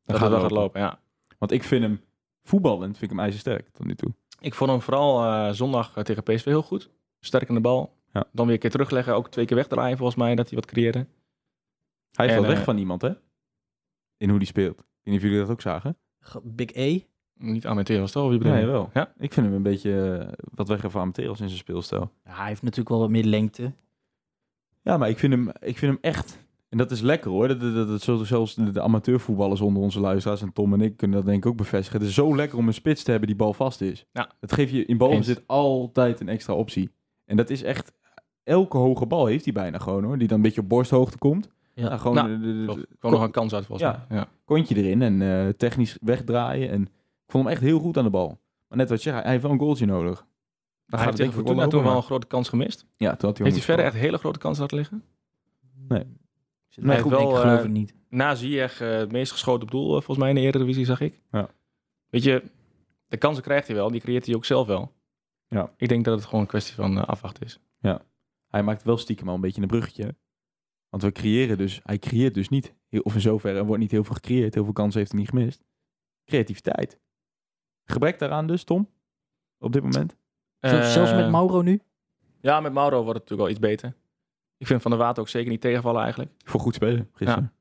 Speaker 6: dat
Speaker 4: gaat
Speaker 6: het wel
Speaker 4: lopen.
Speaker 6: gaat lopen. Ja.
Speaker 4: Want ik vind hem voetballend, vind ik hem ijzersterk tot nu toe.
Speaker 6: Ik vond hem vooral eh, zondag eh, tegen PSV heel goed. Sterk in de bal.
Speaker 4: Ja.
Speaker 6: Dan weer een keer terugleggen, ook twee keer wegdraaien volgens mij, dat hij wat creëerde.
Speaker 4: Hij heeft
Speaker 6: En,
Speaker 4: wel
Speaker 6: eh,
Speaker 4: weg van iemand, hè? In hoe die speelt. Ik weet niet of jullie dat ook zagen.
Speaker 5: Ge- Big E.
Speaker 6: Niet Amenteel was het wel, of je bedoelt?
Speaker 4: Nee, wel.
Speaker 6: Ja?
Speaker 4: Ik vind hem een beetje eh, wat weg van Amateurs in zijn speelstijl.
Speaker 5: Ja, hij heeft natuurlijk wel wat meer lengte.
Speaker 4: Ja, maar ik vind hem, ik vind hem echt... En dat is lekker hoor. Dat, dat, dat, zullen zelfs de, de amateurvoetballers onder onze luisteraars en Tom en ik kunnen dat denk ik ook bevestigen. Het is zo lekker om een spits te hebben die balvast is.
Speaker 6: Ja.
Speaker 4: Dat geeft je in balbezit altijd een extra optie. En dat is echt... Elke hoge bal heeft hij bijna gewoon hoor. Die dan een beetje op borsthoogte komt.
Speaker 5: Ja.
Speaker 4: Nou, gewoon
Speaker 6: Nou,
Speaker 4: de- de- de-
Speaker 6: Toch, kwam nog een kans uit volgens
Speaker 4: Ja.
Speaker 6: mij. Ja.
Speaker 4: kontje erin en eh, technisch wegdraaien. En ik vond hem echt heel goed aan de bal. Maar net wat je zegt, hij heeft wel een goaltje nodig. Dan gaat
Speaker 6: Hij heeft
Speaker 4: het
Speaker 6: tegen
Speaker 4: denk ik wel
Speaker 6: Fortuna toen
Speaker 4: lopen,
Speaker 6: wel
Speaker 4: maar-
Speaker 6: een grote kans gemist.
Speaker 4: Ja, toen had hij
Speaker 6: Heeft
Speaker 4: hem
Speaker 6: hij verder
Speaker 4: gescoord.
Speaker 6: echt hele grote kansen laten liggen?
Speaker 5: Zit
Speaker 6: Nee,
Speaker 5: mij goed,
Speaker 6: wel,
Speaker 5: ik geloof
Speaker 6: eh,
Speaker 5: het niet.
Speaker 6: Na Ziyech eh, het meest geschoten op doel, eh, volgens mij in de Eredivisie, zag ik.
Speaker 4: Ja.
Speaker 6: Weet je, de kansen krijgt hij wel, die creëert hij ook zelf wel.
Speaker 4: Ja.
Speaker 6: Ik denk dat het gewoon een kwestie van eh, afwachten is.
Speaker 4: Hij maakt wel stiekem al een beetje een bruggetje. Want we creëren dus, hij creëert dus niet. heel- Of in zoverre er wordt niet heel veel gecreëerd. Heel veel kansen heeft hij niet gemist. Creativiteit. Gebrek daaraan dus, Tom? Op dit moment?
Speaker 5: Zelfs- Zelfs met
Speaker 6: Eh,
Speaker 5: Mauro nu?
Speaker 6: Ja, met Mauro wordt het natuurlijk wel iets beter. Ik vind Van der Water ook zeker niet tegenvallen eigenlijk.
Speaker 4: Voor goed spelen gisteren.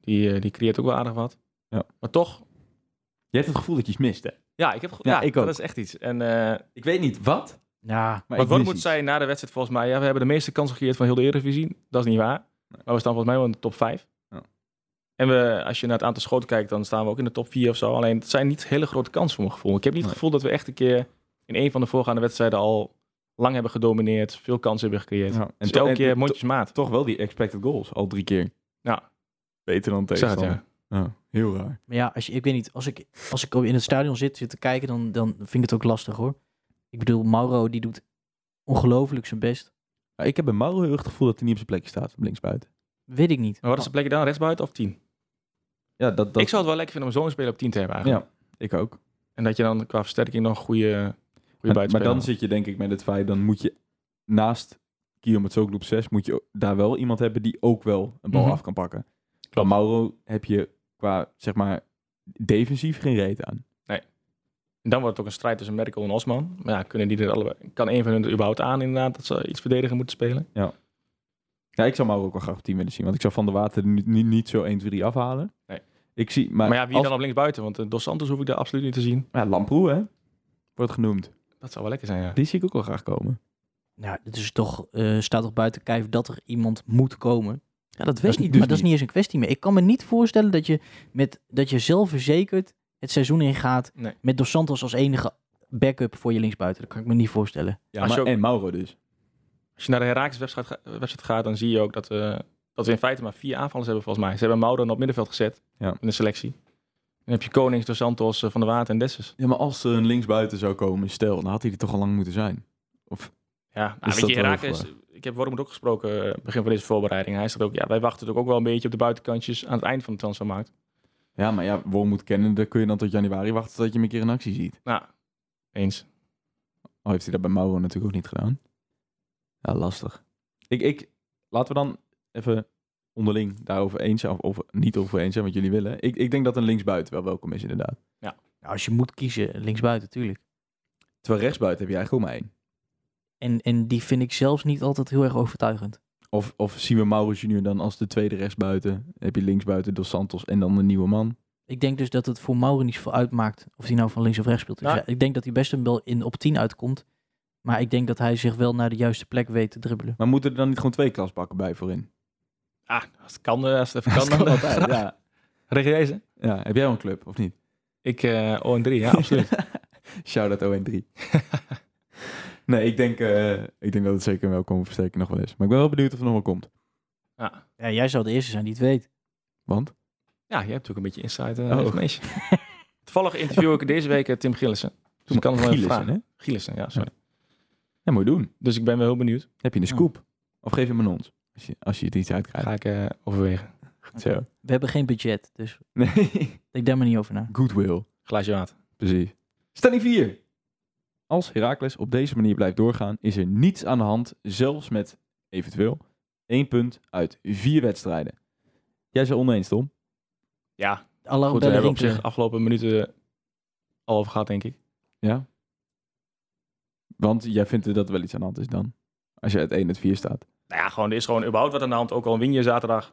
Speaker 6: Die, eh, die creëert ook wel aardig wat.
Speaker 4: Ja.
Speaker 6: Maar toch,
Speaker 4: Je hebt het gevoel dat je iets mist, hè?
Speaker 6: ja, ik heb ge-
Speaker 4: Ja, ik ook.
Speaker 6: dat is echt iets. En eh
Speaker 4: Ik weet niet wat.
Speaker 5: Ja,
Speaker 4: Maar
Speaker 6: wat
Speaker 4: ik mis
Speaker 6: Wormoed moet
Speaker 4: iets.
Speaker 6: zei na de wedstrijd volgens mij, ja, we hebben de meeste kansen gecreëerd van heel de Eredivisie. Dat is niet waar. Maar we staan volgens mij wel in de top 5.
Speaker 4: Ja.
Speaker 6: En we, als je naar het aantal schoten kijkt, dan staan we ook in de top 4 of zo. Alleen het zijn niet hele grote kansen voor mijn gevoel. Ik heb niet het
Speaker 4: Nee.
Speaker 6: gevoel dat we echt een keer in een van de voorgaande wedstrijden al lang hebben gedomineerd. Veel kansen hebben gecreëerd.
Speaker 4: Ja, en
Speaker 6: Dus
Speaker 4: to-
Speaker 6: elke
Speaker 4: en
Speaker 6: keer
Speaker 4: to-
Speaker 6: mondjesmaat.
Speaker 4: Toch wel die expected goals, al drie keer.
Speaker 6: Ja.
Speaker 4: Beter dan
Speaker 6: Ik zag het,
Speaker 4: tegenstander.
Speaker 6: ja.
Speaker 4: Ja, heel raar.
Speaker 5: maar ja, als je, ik weet niet. Als ik, als ik in het stadion zit, zit te kijken, dan, dan vind ik het ook lastig hoor. Ik bedoel, Mauro die doet ongelooflijk zijn best.
Speaker 4: Maar ik heb bij Mauro heel erg het gevoel dat hij niet op zijn plekje staat, linksbuiten.
Speaker 5: Weet ik niet.
Speaker 6: Maar wat is de plekje dan? Rechtsbuiten of 10?
Speaker 4: Ja, dat, dat
Speaker 6: Ik zou het wel lekker vinden om zo'n speler op 10 te hebben
Speaker 4: Ja.
Speaker 6: eigenlijk.
Speaker 4: ik ook.
Speaker 6: En dat je dan qua versterking nog een goede, goede
Speaker 4: Maar, maar
Speaker 6: buitenspeler
Speaker 4: dan
Speaker 6: had.
Speaker 4: zit je denk ik met het feit, dan moet je naast Guillaume op 6, moet je daar wel iemand hebben die ook wel een bal
Speaker 6: Mhm.
Speaker 4: af kan pakken. Van Mauro heb je qua, zeg maar, defensief geen reet aan.
Speaker 6: En dan wordt het ook een strijd tussen Merkel en Osman. Maar ja, kunnen die er allebei... Kan een van hun er überhaupt aan inderdaad dat ze iets verdedigen moeten spelen?
Speaker 4: Ja, ik zou Mauro ook wel graag op 10 willen zien, want ik zou Van der Water niet, niet, niet zo 1, 2, 3 afhalen.
Speaker 6: Nee.
Speaker 4: Ik zie, maar,
Speaker 6: Maar ja, wie
Speaker 4: als-
Speaker 6: dan op links buiten? Want eh, Dos Santos hoef ik daar absoluut niet te zien.
Speaker 4: Ja, Lamproe, hè? Wordt genoemd.
Speaker 6: Dat zou wel lekker zijn, ja.
Speaker 4: Die zie ik ook wel graag komen.
Speaker 5: Nou, het is toch, eh, staat toch buiten kijf dat er iemand moet komen.
Speaker 4: Ja, dat
Speaker 5: Dat is,
Speaker 4: weet ik
Speaker 5: maar
Speaker 4: dus
Speaker 5: dat is niet eens een kwestie meer. Ik kan me niet voorstellen dat je, met, dat je zelfverzekerd het seizoen ingaat
Speaker 6: Nee.
Speaker 5: met Dos Santos als enige backup voor je linksbuiten. Dat kan ik me niet voorstellen.
Speaker 4: Ja,
Speaker 6: Als
Speaker 4: maar,
Speaker 6: je ook-
Speaker 4: En Mauro dus.
Speaker 6: Als je naar de Herakles website, ga- website gaat, dan zie je ook dat, eh, dat we in feite maar vier aanvallers hebben volgens mij. Ze hebben Mauden op middenveld gezet
Speaker 4: Ja.
Speaker 6: in de selectie. Dan heb je Konings, Dos Santos, eh, Van der Water en Dessus.
Speaker 4: Ja, maar als er een linksbuiten zou komen, stel, dan had hij er toch al lang moeten zijn.
Speaker 6: Ja, nou,
Speaker 4: Is
Speaker 6: weet
Speaker 4: dat
Speaker 6: je,
Speaker 4: wel
Speaker 6: Herakles, ik heb Wormoed ook gesproken eh, begin van deze voorbereiding. Hij zegt ook, ja, wij wachten natuurlijk ook wel een beetje op de buitenkantjes aan het eind van de transfermarkt.
Speaker 4: Ja, maar ja, moet kennen, dan kun je dan tot januari wachten tot je hem een keer in actie ziet.
Speaker 6: Nou, eens.
Speaker 4: Al heeft hij dat bij Mauro natuurlijk ook niet gedaan. Ja, lastig. Ik, ik, laten we dan even onderling daarover eens zijn, of, of niet over eens zijn wat jullie willen. Ik, ik denk dat een linksbuiten wel welkom is, inderdaad.
Speaker 5: Nou, als je moet kiezen, linksbuiten, tuurlijk.
Speaker 4: Terwijl rechtsbuiten heb jij gewoon maar één.
Speaker 5: En, en die vind ik zelfs niet altijd heel erg overtuigend.
Speaker 4: Of, of zien we Mauro junior dan als de tweede rechtsbuiten? Dan Heb je linksbuiten Dos Santos en dan een nieuwe man?
Speaker 5: Ik denk dus dat het voor Mauro niet zoveel uitmaakt of hij nou van links of rechts speelt. Dus
Speaker 6: Nou.
Speaker 5: ja, ik denk dat hij best een wel in op 10 uitkomt. Maar ik denk dat hij zich wel naar de juiste plek weet te dribbelen.
Speaker 4: Maar moeten er dan niet gewoon twee klasbakken bij voorin?
Speaker 6: Ah, als het kan, eh, als het even kan, dan.
Speaker 4: altijd, ja.
Speaker 6: Regio deze?
Speaker 4: ja. Heb jij wel een club, of niet?
Speaker 6: Ik, eh ON3, ja, absoluut.
Speaker 4: Shout-out ON3. nee, ik denk, eh, ik denk dat het zeker een welkome versterking nog wel is. Maar ik ben wel benieuwd of het nog wel komt.
Speaker 6: ja.
Speaker 5: Ja, jij zou de eerste zijn die het weet.
Speaker 4: Want?
Speaker 6: ja, je hebt ook een beetje insight eh
Speaker 4: Oh.
Speaker 6: information. Toevallig interview ik deze week eh, Tim Gillissen. Dus ik kan nog wel even
Speaker 4: Gielissen,
Speaker 6: vragen.
Speaker 4: hè?
Speaker 6: Gielissen, ja, sorry.
Speaker 4: Ja, moet je doen.
Speaker 6: Dus ik ben wel heel benieuwd.
Speaker 4: Heb je een scoop? Of geef hem aan ons. Als je, als je het iets uitkrijgt.
Speaker 6: Ga ik eh, overwegen.
Speaker 4: Zo.
Speaker 5: We hebben geen budget, dus
Speaker 4: Nee.
Speaker 5: ik denk er niet over na.
Speaker 4: Goodwill.
Speaker 6: Glaasje water.
Speaker 4: Precies. Stelling 4. Als Heracles op deze manier blijft doorgaan, is er niets aan de hand, zelfs met eventueel één punt uit vier wedstrijden. Jij is het oneens, Tom.
Speaker 6: Ja,
Speaker 5: Alarm
Speaker 6: goed, daar
Speaker 5: bellen
Speaker 6: hebben we op
Speaker 5: rinkelen.
Speaker 6: zich afgelopen minuten al over gehad, denk ik.
Speaker 4: Ja. Want jij vindt dat er wel iets aan de hand is dan. Als je uit 1 uit 4 staat.
Speaker 6: Nou ja, gewoon, er is gewoon überhaupt wat aan de hand. Ook al win je zaterdag.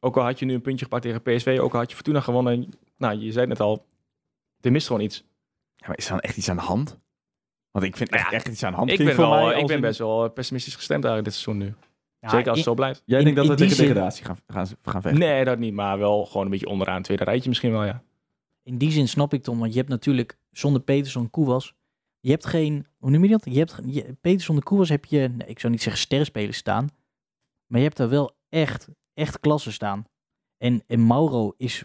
Speaker 6: Ook al had je nu een puntje gepakt tegen PSV. Ook al had je Fortuna gewonnen. Nou, je zei het net al. Er mist gewoon iets.
Speaker 4: Ja, maar is er dan echt iets aan de hand? Want Nou ik vind
Speaker 6: echt- Ja,
Speaker 4: iets aan de hand.
Speaker 6: Ik ben, wel, eh, ik ben best wel pessimistisch gestemd eigenlijk dit seizoen nu.
Speaker 5: Ja,
Speaker 6: Zeker als
Speaker 5: in-
Speaker 6: het zo blijft.
Speaker 4: Jij
Speaker 5: in-
Speaker 4: denkt dat
Speaker 5: in
Speaker 4: we
Speaker 5: die
Speaker 4: tegen
Speaker 5: zin-
Speaker 4: degradatie gaan, gaan, gaan vechten?
Speaker 6: Nee, dat niet. Maar wel gewoon een beetje onderaan. het Tweede rijtje misschien wel, ja.
Speaker 5: In die zin snap ik Tom, want je hebt natuurlijk zonder Peterson Koewas. Je hebt geen, hoe noem je dat? Je hebt, ge- je, Peterson de Koewas heb je, nee, ik zou niet zeggen sterrenspelers staan. Maar je hebt daar wel echt, echt klassen staan. En, en Mauro is,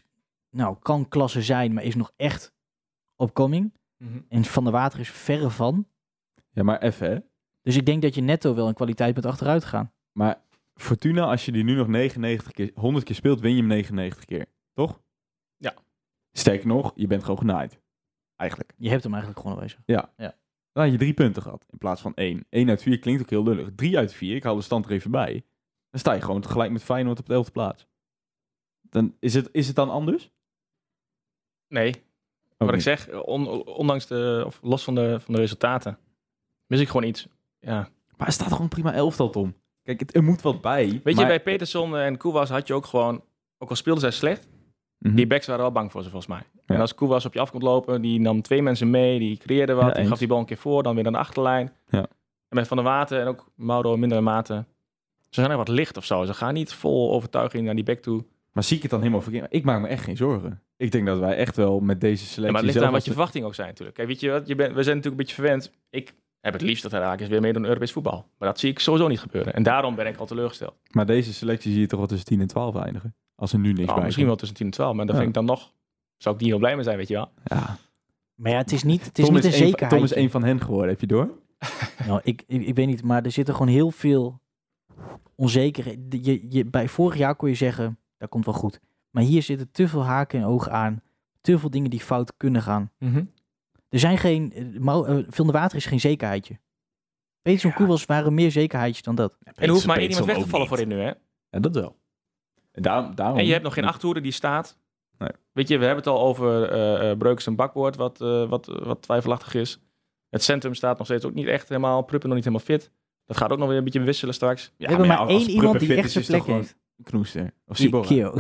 Speaker 5: nou kan klasse zijn, maar is nog echt opkoming.
Speaker 6: Mhm.
Speaker 5: En Van der Water is verre van.
Speaker 4: Ja, maar even hè.
Speaker 5: Dus ik denk dat je netto wel in kwaliteit bent achteruit gegaan.
Speaker 4: Maar Fortuna, als je die nu nog 99 keer, 100 keer speelt, win je hem 99 keer. Toch?
Speaker 6: Ja.
Speaker 4: Sterker nog, je bent gewoon genaaid. Eigenlijk.
Speaker 5: Je hebt hem eigenlijk gewoon aanwezig.
Speaker 4: Dan had je drie punten gehad in plaats van één. 1 uit vier klinkt ook heel lullig. 3 uit vier, ik haal de stand er even bij. Dan sta je gewoon tegelijk met Feyenoord op de 11e plaats. Dan is, het, is het dan anders?
Speaker 6: Nee,
Speaker 4: Ook
Speaker 6: wat
Speaker 4: niet.
Speaker 6: ik zeg, on- ondanks de, of los van de, van de resultaten, mis ik gewoon iets. Ja.
Speaker 4: Maar er staat gewoon prima elftal, Tom. Kijk, het, er moet wat bij.
Speaker 6: Weet je, bij Peterson en Koewas had je ook gewoon, ook al speelden zij slecht, die backs waren wel bang voor ze volgens mij.
Speaker 4: Mhm. Ja.
Speaker 6: En als Koewas op je af komt lopen, die nam twee mensen mee, die creëerde wat,
Speaker 4: Ja,
Speaker 6: die
Speaker 4: eens.
Speaker 6: gaf die bal een keer voor, dan weer aan de achterlijn.
Speaker 4: Ja.
Speaker 6: En met Van der Water en ook Mauro in mindere mate, ze zijn er wat licht of zo. Ze gaan niet vol overtuiging naar die back toe.
Speaker 4: Maar zie ik het dan helemaal verkeerd? Ik maak me echt geen zorgen. Ik denk dat wij echt wel met deze selectie...
Speaker 6: Ja, maar het ligt
Speaker 4: zelf
Speaker 6: aan wat
Speaker 4: als
Speaker 6: je
Speaker 4: de-
Speaker 6: verwachtingen ook zijn natuurlijk. Kijk, weet je wat, je bent, we zijn natuurlijk een beetje verwend. Ik heb het liefst dat Herakles weer meedoet aan Europees voetbal. Maar dat zie ik sowieso niet gebeuren. En daarom ben ik al teleurgesteld.
Speaker 4: Maar deze selectie zie je toch wel tussen 10 en 12 eindigen? Als er nu niks
Speaker 6: Nou,
Speaker 4: bij
Speaker 6: misschien
Speaker 4: komt.
Speaker 6: wel tussen 10 en 12, maar dan
Speaker 4: Ja.
Speaker 6: vind ik dan nog... Zou ik niet heel blij mee zijn, weet je wel.
Speaker 4: Ja.
Speaker 5: Maar ja, het is niet, het is niet een
Speaker 4: één van-
Speaker 5: zekerheid.
Speaker 4: Tom is een van hen geworden, heb je door?
Speaker 5: Nou, ik, ik, ik weet niet, maar er zitten gewoon heel veel onzekerheid. Je, je, bij vorig jaar kon je zeggen, dat komt wel goed. Maar hier zitten te veel haken en ogen aan. Te veel dingen die fout kunnen gaan. Er zijn geen... eh, Mau- eh, Van der Water is geen zekerheidje. Peters en Koewas waren meer zekerheidjes dan dat.
Speaker 6: En er hoeft maar één
Speaker 7: Peterson
Speaker 6: iemand weg te
Speaker 7: ook
Speaker 6: vallen
Speaker 7: niet.
Speaker 6: voor in
Speaker 4: Oh,
Speaker 6: nu, hè?
Speaker 7: Ja, dat wel.
Speaker 4: En daar- daarom,
Speaker 6: En je hebt nog geen achterhoede die staat.
Speaker 4: Nee.
Speaker 6: Weet je, we hebben het al over eh eh, Breukers en Bakboord, wat, eh, wat, wat twijfelachtig is. Het centrum staat nog steeds ook niet echt helemaal. Pruppen nog niet helemaal fit. Dat gaat ook nog weer een beetje wisselen straks.
Speaker 7: Ja,
Speaker 5: we hebben maar,
Speaker 7: ja, als
Speaker 5: één iemand
Speaker 7: Pruppen
Speaker 5: die
Speaker 7: fit
Speaker 5: echt
Speaker 7: is,
Speaker 5: zijn
Speaker 7: is dat
Speaker 5: plek heeft.
Speaker 4: Knoester. Of
Speaker 5: Die
Speaker 4: Sibora.
Speaker 5: Kio.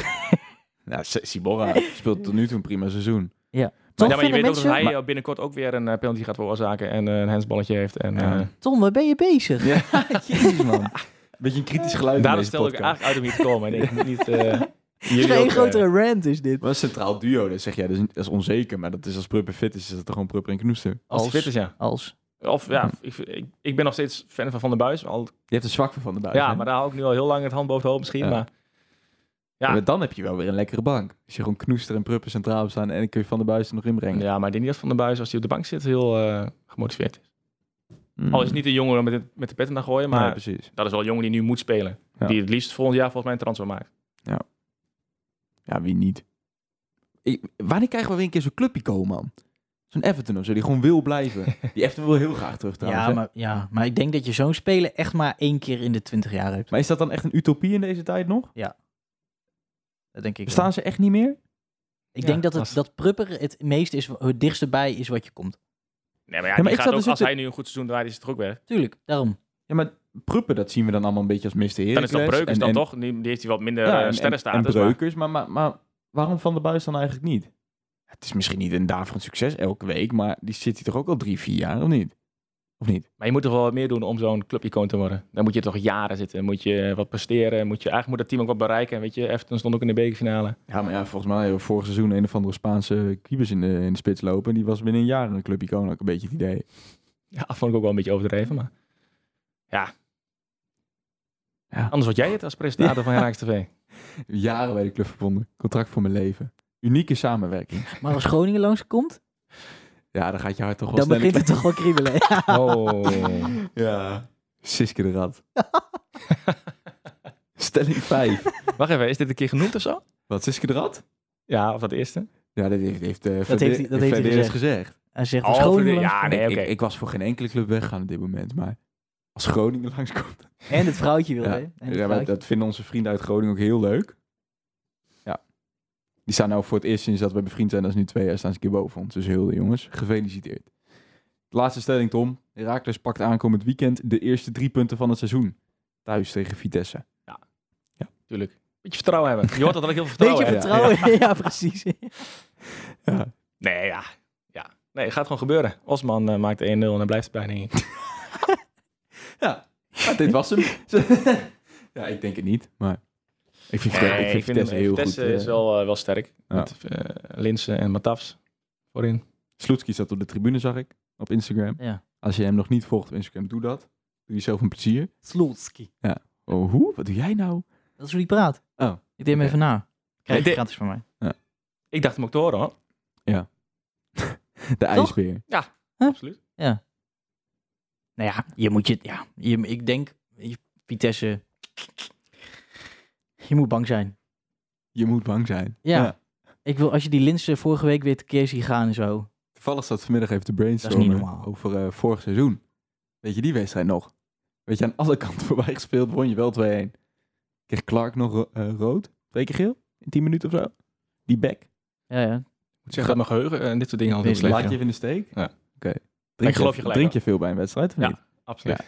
Speaker 4: Nou, S- Sibora speelt tot nu toe een prima seizoen.
Speaker 5: Toch
Speaker 6: ja, maar je
Speaker 5: vinden
Speaker 6: weet ook
Speaker 5: mensen...
Speaker 6: dat hij eh, binnenkort ook weer een eh, penalty gaat veroorzaken en eh, een handsballetje heeft. En,
Speaker 4: Ja.
Speaker 6: eh,
Speaker 5: Tom, waar ben je bezig?
Speaker 4: Ja, jezus man. Beetje een kritisch geluid in
Speaker 6: daarom
Speaker 4: deze
Speaker 6: stel ik
Speaker 4: podcast.
Speaker 6: eigenlijk uit om hier te komen. En ik moet niet, eh, jullie
Speaker 5: Het is
Speaker 6: ook,
Speaker 5: een
Speaker 6: eh,
Speaker 5: grotere rant is dit.
Speaker 4: Wat een centraal duo, dat zeg jij. Dat is, dat is onzeker, maar dat is als Prupper fit is, is dat toch gewoon Prupper en Knoester.
Speaker 6: als hij fit is, ja.
Speaker 5: Als.
Speaker 6: Of ja, ik, ik, ik ben nog steeds fan van Van der Buis. Al,
Speaker 4: Je hebt een zwak voor Van de Buis.
Speaker 6: ja,
Speaker 4: hè?
Speaker 6: maar daar hou ik nu al heel lang het hand boven het hoofd misschien.
Speaker 4: Ja.
Speaker 6: Maar
Speaker 4: Ja,
Speaker 6: Ja.
Speaker 4: maar dan heb je wel weer een lekkere bank. Als je gewoon knoester en pruppen centraal hebt staan en dan kun je van de buis er nog inbrengen.
Speaker 6: Ja, maar ik denk niet dat Van der Buis, als hij op de bank zit, heel eh, gemotiveerd is.
Speaker 4: Mm.
Speaker 6: Al is het niet een jongen om met de, met de petten naar gooien, maar
Speaker 4: Nee, precies.
Speaker 6: dat is wel een jongen die nu moet spelen.
Speaker 4: Ja.
Speaker 6: Die het liefst volgend jaar volgens mij een transfer maakt.
Speaker 4: Ja, wie niet? Ik, wanneer krijgen we weer een keer zo'n clubpico, man? Zo'n Everton of zo, die gewoon wil blijven. Die Everton wil heel graag terug trouwens.
Speaker 5: Ja
Speaker 4: hè?
Speaker 5: maar, ja, maar ik denk dat je zo'n speler echt maar één keer in de twintig jaar hebt.
Speaker 4: Maar is dat dan echt een utopie in deze tijd nog?
Speaker 5: Dat denk ik wel.
Speaker 4: Bestaan ze echt niet meer?
Speaker 5: Ik
Speaker 6: Ja,
Speaker 5: denk dat, het,
Speaker 6: als-
Speaker 5: dat Prupper het meest is, het dichtst bij is wat je komt.
Speaker 6: Nee, maar ja,
Speaker 4: Ja, maar
Speaker 6: die
Speaker 4: ik
Speaker 6: gaat
Speaker 4: zat
Speaker 6: ook,
Speaker 4: dus
Speaker 6: als
Speaker 4: ook
Speaker 6: hij nu een goed seizoen draait, is het er ook weg.
Speaker 5: Tuurlijk, daarom.
Speaker 4: Ja, maar pruppen, dat zien we dan allemaal een beetje als Mr. Heracles.
Speaker 6: Dan is dat Breukers
Speaker 4: en-
Speaker 6: dan
Speaker 4: en-
Speaker 6: toch. Die, die heeft hij wat minder
Speaker 4: Ja,
Speaker 6: eh,
Speaker 4: en- en, en
Speaker 6: sterrenstatus. maar
Speaker 4: breukers, maar, maar, maar waarom Van de Buis dan eigenlijk niet? Het is misschien niet een daverend succes elke week, maar die zit hij toch ook al drie, vier jaar, of niet? Of niet?
Speaker 6: maar je moet toch wel wat meer doen om zo'n clubicoon te worden. Dan moet je toch jaren zitten. Moet je wat presteren. Moet je, eigenlijk moet dat team ook wat bereiken. Weet je, Everton stond ook in de bekerfinale.
Speaker 4: Ja, maar ja, volgens mij hebben we vorig seizoen een of andere Spaanse kiebers in de, in de spits lopen. En die was binnen een jaar een clubicoon, ook een beetje het idee.
Speaker 6: Ja, vond ik ook wel een beetje overdreven, maar... Ja.
Speaker 4: Ja.
Speaker 6: Anders word jij het als presentator van Herax TV.
Speaker 4: Jaren bij de club verbonden. Contract voor mijn leven. Unieke samenwerking.
Speaker 5: Maar als Groningen langskomt,
Speaker 4: Ja, dan gaat je hart toch wel
Speaker 5: dan
Speaker 4: sneller
Speaker 5: begint het toch wel kriebelen. Ja.
Speaker 6: Oh.
Speaker 4: Ja. Siske de Rad. Stelling 5.
Speaker 6: Wacht even, is dit een keer genoemd of zo?
Speaker 4: Wat, Siske de Rad?
Speaker 6: Ja, of dat eerste?
Speaker 4: Ja, dat heeft, heeft, eh,
Speaker 5: Dat heeft hij- dat heeft hij
Speaker 4: Verderes
Speaker 5: gezegd.
Speaker 4: gezegd.
Speaker 5: Hij zegt als
Speaker 6: Oh,
Speaker 5: Groningen
Speaker 6: voor de-
Speaker 5: langs-
Speaker 6: ja, nee,
Speaker 4: ik,
Speaker 6: oké.
Speaker 4: ik, ik was voor geen enkele club weggaan op dit moment, maar als Groningen langskomt...
Speaker 5: En het vrouwtje wil,
Speaker 4: Ja.
Speaker 5: hè? En het
Speaker 4: Ja, maar
Speaker 5: vrouwtje.
Speaker 4: dat vinden onze vrienden uit Groningen ook heel leuk. Ja. Die staan nou voor het eerst sinds dat we bevriend zijn, dat is nu twee jaar, staan ze een keer boven ons. Dus heel jongens, gefeliciteerd. De laatste stelling, Tom. Heracles pakt aankomend weekend de eerste drie punten van het seizoen. Thuis tegen Vitesse.
Speaker 6: Tuurlijk. Beetje vertrouwen hebben. Je hoort dat ik heel veel
Speaker 5: Beetje
Speaker 6: vertrouwen heb.
Speaker 5: vertrouwen, ja, precies.
Speaker 6: Nee, ja. ja. Nee, het gaat gewoon gebeuren. Osman eh, maakt 1-0 en dan blijft het bij, denk ik.
Speaker 4: Ja, maar dit was hem. ja, ik denk het niet, maar... Ik vind, Vite- ik vind Vitesse heel
Speaker 6: Vitesse
Speaker 4: goed.
Speaker 6: is
Speaker 4: eh,
Speaker 6: wel, eh, wel sterk.
Speaker 4: Ja.
Speaker 6: Met eh, Linsen en Matafs voorin.
Speaker 4: Sloetski zat op de tribune, zag ik, op Instagram.
Speaker 5: Ja.
Speaker 4: Als je hem nog niet volgt op Instagram, doe dat. Doe jezelf een plezier.
Speaker 5: Slotski.
Speaker 4: Oh, hoe? Wat doe jij nou?
Speaker 5: Dat is hoe die praat.
Speaker 4: Oh,
Speaker 5: Ik deed hem
Speaker 4: oké.
Speaker 5: even na. Krijg je
Speaker 6: dit-
Speaker 5: gratis van mij.
Speaker 6: Ik dacht hem ook te horen, hoor.
Speaker 4: De ijsbeer.
Speaker 6: Absoluut.
Speaker 5: Nou ja, je moet je... Ja, je, ik denk... je- Vitesse... Je moet bang zijn.
Speaker 4: Je moet bang zijn.
Speaker 5: Ja. Ik wil, als je die linsen vorige week weer tekeer ziet gaan en zo.
Speaker 4: Toevallig zat vanmiddag even te
Speaker 5: Dat is
Speaker 4: brainstormen
Speaker 5: niet normaal.
Speaker 4: over eh, vorig seizoen. Weet je die wedstrijd nog? Weet je, aan alle kanten voorbij gespeeld, won je wel 2-1. Kreeg Clark nog ro- eh, rood? Twee keer geel? In 10 minuten of zo? Die back?
Speaker 5: Ja, ja.
Speaker 6: Ik moet zeggen dat mijn geheugen en dit soort dingen altijd
Speaker 5: Wees
Speaker 6: heel
Speaker 4: Laat
Speaker 6: slecht.
Speaker 4: je
Speaker 6: ja.
Speaker 4: even in de steek?
Speaker 6: Ja.
Speaker 4: Oké. Drink,
Speaker 6: geloof
Speaker 4: je,
Speaker 6: je gelijk
Speaker 4: drink je
Speaker 6: wel.
Speaker 4: veel bij een wedstrijd of
Speaker 6: Ja.
Speaker 4: niet?
Speaker 6: Absoluut.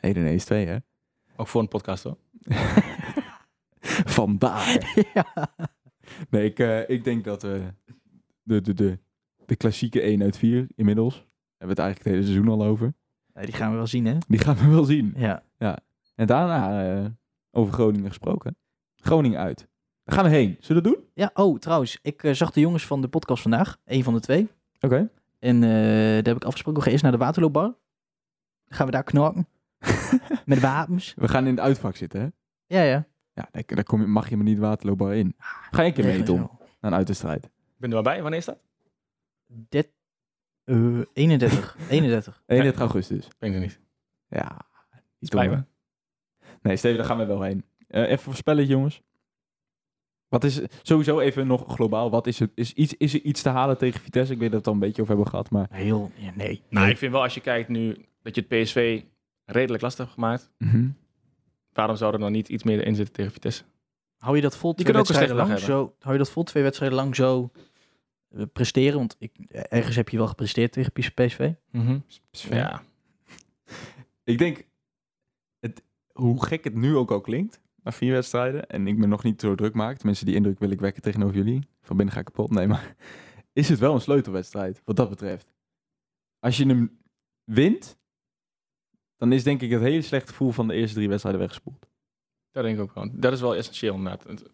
Speaker 4: 1 en 1 is 2, hè?
Speaker 6: Ook voor een podcast, hoor.
Speaker 4: Vandaag. Nee, ik, eh, ik denk dat eh, de, de, de, de klassieke 1 uit 4 inmiddels, hebben we het eigenlijk het hele seizoen al over,
Speaker 5: Ja, Die gaan we wel zien, hè?
Speaker 4: die gaan we wel zien.
Speaker 5: Ja.
Speaker 4: En daarna eh, over Groningen gesproken. Groningen uit. Daar gaan we heen. Zullen we dat doen?
Speaker 5: Ja, oh, trouwens. Ik eh, zag de jongens van de podcast vandaag. Een van de twee.
Speaker 4: Oké.
Speaker 5: En eh, daar heb ik afgesproken. We gaan eerst naar de Waterloopbar. Dan gaan we daar knaken. Met wapens.
Speaker 4: We gaan in het uitvak zitten, hè?
Speaker 5: Ja, ja.
Speaker 4: Ja, daar, daar kom je, mag je me niet waterloopbaar in. Ga je een keer mee,
Speaker 5: Regelen
Speaker 4: Tom,
Speaker 5: zo.
Speaker 4: naar een uiterstrijd.
Speaker 6: Ik ben er maar bij. Wanneer is dat?
Speaker 5: Dit, eh, 31. 31.
Speaker 4: 31 augustus.
Speaker 6: Ik weet het niet.
Speaker 4: Ja. Niet
Speaker 6: Spijt me.
Speaker 4: Nee, Steven, daar gaan we wel heen. Eh, even voorspellen, jongens. Wat is sowieso even nog globaal? Wat is, het, is, iets, is er iets te halen tegen Vitesse? Ik weet dat we het al een beetje over hebben gehad, maar
Speaker 5: Heel, ja, nee.
Speaker 6: Nou, ik vind wel als je kijkt nu dat je het PSV redelijk lastig hebt gemaakt. Waarom zou er dan niet iets meer in zitten tegen Vitesse?
Speaker 5: Hou je dat vol twee
Speaker 6: kunt ook een
Speaker 5: wedstrijden lang
Speaker 6: slechte dag
Speaker 5: zo? Hou je dat vol twee wedstrijden lang zo eh, presteren? Want ik, eh, ergens heb je wel gepresteerd tegen PSV.
Speaker 4: Mhm.
Speaker 6: Dus Ja.
Speaker 4: ik denk, het, hoe gek het nu ook al klinkt, na vier wedstrijden, en ik me nog niet zo druk maak, tenminste die indruk wil ik wekken tegenover jullie, van binnen ga ik kapot, nee maar, is het wel een sleutelwedstrijd, wat dat betreft. Als je hem wint, dan is denk ik het hele slechte gevoel van de eerste drie wedstrijden weggespoeld.
Speaker 6: Dat denk ik ook wel. Dat is wel essentieel inderdaad. Het-
Speaker 4: Als je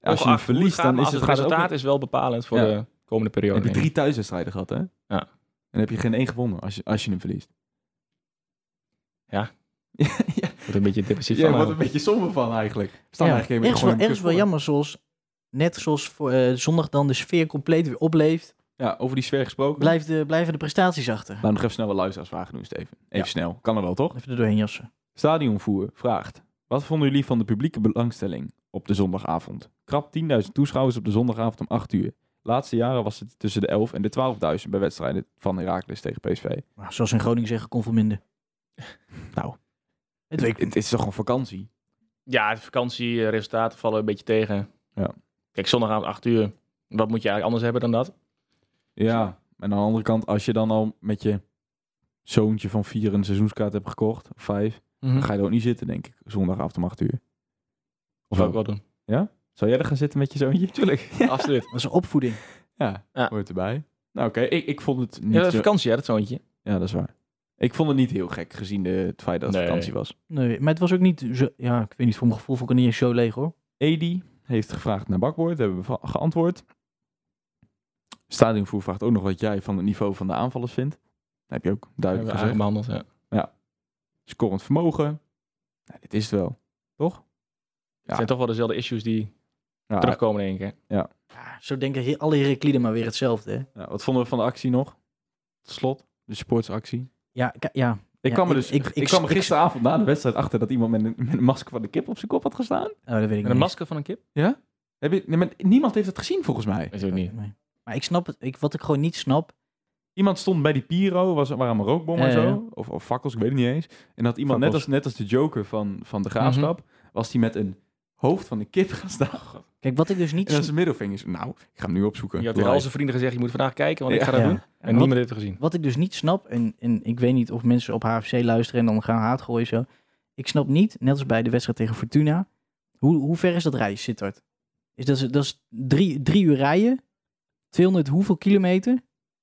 Speaker 4: hem
Speaker 6: ongeacht hoe
Speaker 4: verliest,
Speaker 6: het gaat,
Speaker 4: dan
Speaker 6: maar
Speaker 4: is
Speaker 6: als
Speaker 4: het,
Speaker 6: het
Speaker 4: gaat
Speaker 6: resultaat
Speaker 4: ook...
Speaker 6: is wel bepalend voor
Speaker 4: Ja.
Speaker 6: de komende periode.
Speaker 4: Heb je
Speaker 6: denk ik.
Speaker 4: drie thuiswedstrijden gehad, hè?
Speaker 6: Ja.
Speaker 4: En heb je geen één gewonnen als je, als je hem verliest.
Speaker 6: Ja.
Speaker 4: ja, ja.
Speaker 6: Wordt een beetje depressief
Speaker 4: ja
Speaker 6: van. eh,
Speaker 4: wordt een beetje somber van eigenlijk. We Staan
Speaker 5: Ja,
Speaker 4: eigenlijk helemaal
Speaker 5: ergens wel,
Speaker 4: gewoon
Speaker 5: ergens
Speaker 4: kut
Speaker 5: wel
Speaker 4: voor.
Speaker 5: jammer, zoals net zoals voor, eh, zondag dan de sfeer compleet weer opleeft,
Speaker 4: Ja, over die sfeer gesproken. Blijf...
Speaker 5: blijven de, blijven de prestaties achter.
Speaker 4: Laat Nou, nog even snel een luisteraarsvraag doen, Steven. Even
Speaker 5: Ja.
Speaker 4: snel. Kan er wel, toch?
Speaker 5: Even er doorheen jassen.
Speaker 4: Stadionvoer vraagt... Wat vonden jullie van de publieke belangstelling op de zondagavond? Krap 10.000 toeschouwers op de zondagavond om 8 uur. Laatste jaren was het tussen de 11 en de 12.000 bij wedstrijden van Heracles tegen PSV.
Speaker 5: Maar Nou, zoals in Groningen zeggen, kon veel minder.
Speaker 4: Nou.
Speaker 5: Het week.
Speaker 4: Het is toch een vakantie?
Speaker 6: Ja, de vakantieresultaten vallen een beetje tegen.
Speaker 4: Ja.
Speaker 6: Kijk, zondagavond 8 uur. Wat moet je eigenlijk anders hebben dan dat?
Speaker 4: Ja, en aan de andere kant, als je dan al met je zoontje van vier een seizoenskaart hebt gekocht, of vijf,
Speaker 6: Mhm.
Speaker 4: dan ga je er ook niet zitten, denk ik, zondagavond om acht uur. Of
Speaker 6: Of ook
Speaker 4: wel?
Speaker 6: wel doen.
Speaker 4: Zou jij er gaan zitten met je zoontje? Tuurlijk. Ja,
Speaker 6: Absoluut.
Speaker 5: Dat is een opvoeding.
Speaker 6: Ja.
Speaker 4: hoort erbij. Nou oké, ik, ik vond het niet...
Speaker 6: Ja, dat is
Speaker 4: zo-
Speaker 6: vakantie, hè, dat zoontje.
Speaker 4: ja, dat is waar. Ik vond het niet heel gek, gezien de, het feit dat het
Speaker 6: Nee.
Speaker 4: vakantie was.
Speaker 5: Nee, maar het was ook niet zo... Ja, ik weet niet, voor mijn gevoel vond ik het niet eens zo leeg hoor.
Speaker 4: Edi heeft gevraagd naar bakboord, hebben we va- geantwoord. Stadionvoer vraagt ook nog wat jij van het niveau van de aanvallers vindt. Dat heb je ook
Speaker 6: Hebben
Speaker 4: duidelijk
Speaker 6: we
Speaker 4: gezegd.
Speaker 6: eigenlijk behandeld. Ja.
Speaker 4: Scorend vermogen. Nou, dit is het wel, toch? Ja.
Speaker 6: Het zijn toch wel dezelfde issues die
Speaker 4: Ja,
Speaker 6: terugkomen in één keer.
Speaker 5: Ja, Ah, zo denken he- alle Herakliden maar weer hetzelfde. Hè?
Speaker 4: Nou, wat vonden we van de actie nog? Tot slot, de sportsactie.
Speaker 5: Ja, ka- ja,
Speaker 4: Ik
Speaker 5: Ja,
Speaker 4: kwam er
Speaker 5: ik-
Speaker 4: dus
Speaker 5: ik-
Speaker 4: ik,
Speaker 5: ik-
Speaker 4: kwam er
Speaker 5: ik-
Speaker 4: gisteravond na de wedstrijd achter dat iemand met een, met een masker van de kip op zijn kop had gestaan.
Speaker 5: nou, dat weet ik
Speaker 6: En
Speaker 5: niet.
Speaker 6: een masker van een kip?
Speaker 4: Heb je, nee, maar niemand heeft het gezien volgens mij.
Speaker 6: Weet ik niet.
Speaker 5: Nee. Maar ik snap het. Ik, wat ik gewoon niet snap.
Speaker 4: Iemand stond bij die Piro, was, waren allemaal rookbommen
Speaker 5: Ja,
Speaker 4: en
Speaker 5: ja,
Speaker 4: zo. Of, of fakkels, ik weet het niet eens. En dat iemand, net als,
Speaker 6: Fakkels. Mhm.
Speaker 4: net als de Joker van, van de graafschap, was die met een hoofd van de kip gaan
Speaker 6: Oh,
Speaker 4: staan.
Speaker 5: Kijk, wat ik dus niet
Speaker 4: en dan
Speaker 5: snap.
Speaker 4: zijn middelvingers. Nou, ik ga hem nu opzoeken.
Speaker 6: Je had tegen al zijn vrienden gezegd, je moet vandaag kijken, want ik
Speaker 4: Ja.
Speaker 6: ga dat
Speaker 5: Ja.
Speaker 6: doen. En
Speaker 5: Wat-
Speaker 6: niemand heeft het gezien.
Speaker 5: Wat ik dus niet snap, en, en ik weet niet of mensen op HFC luisteren en dan gaan haat gooien zo. Ik snap niet, net als bij de wedstrijd tegen Fortuna, hoe, hoe ver is dat rijden, Sittard? Is dat, is- dat is drie, drie uur rijden, 200 hoeveel kilometer?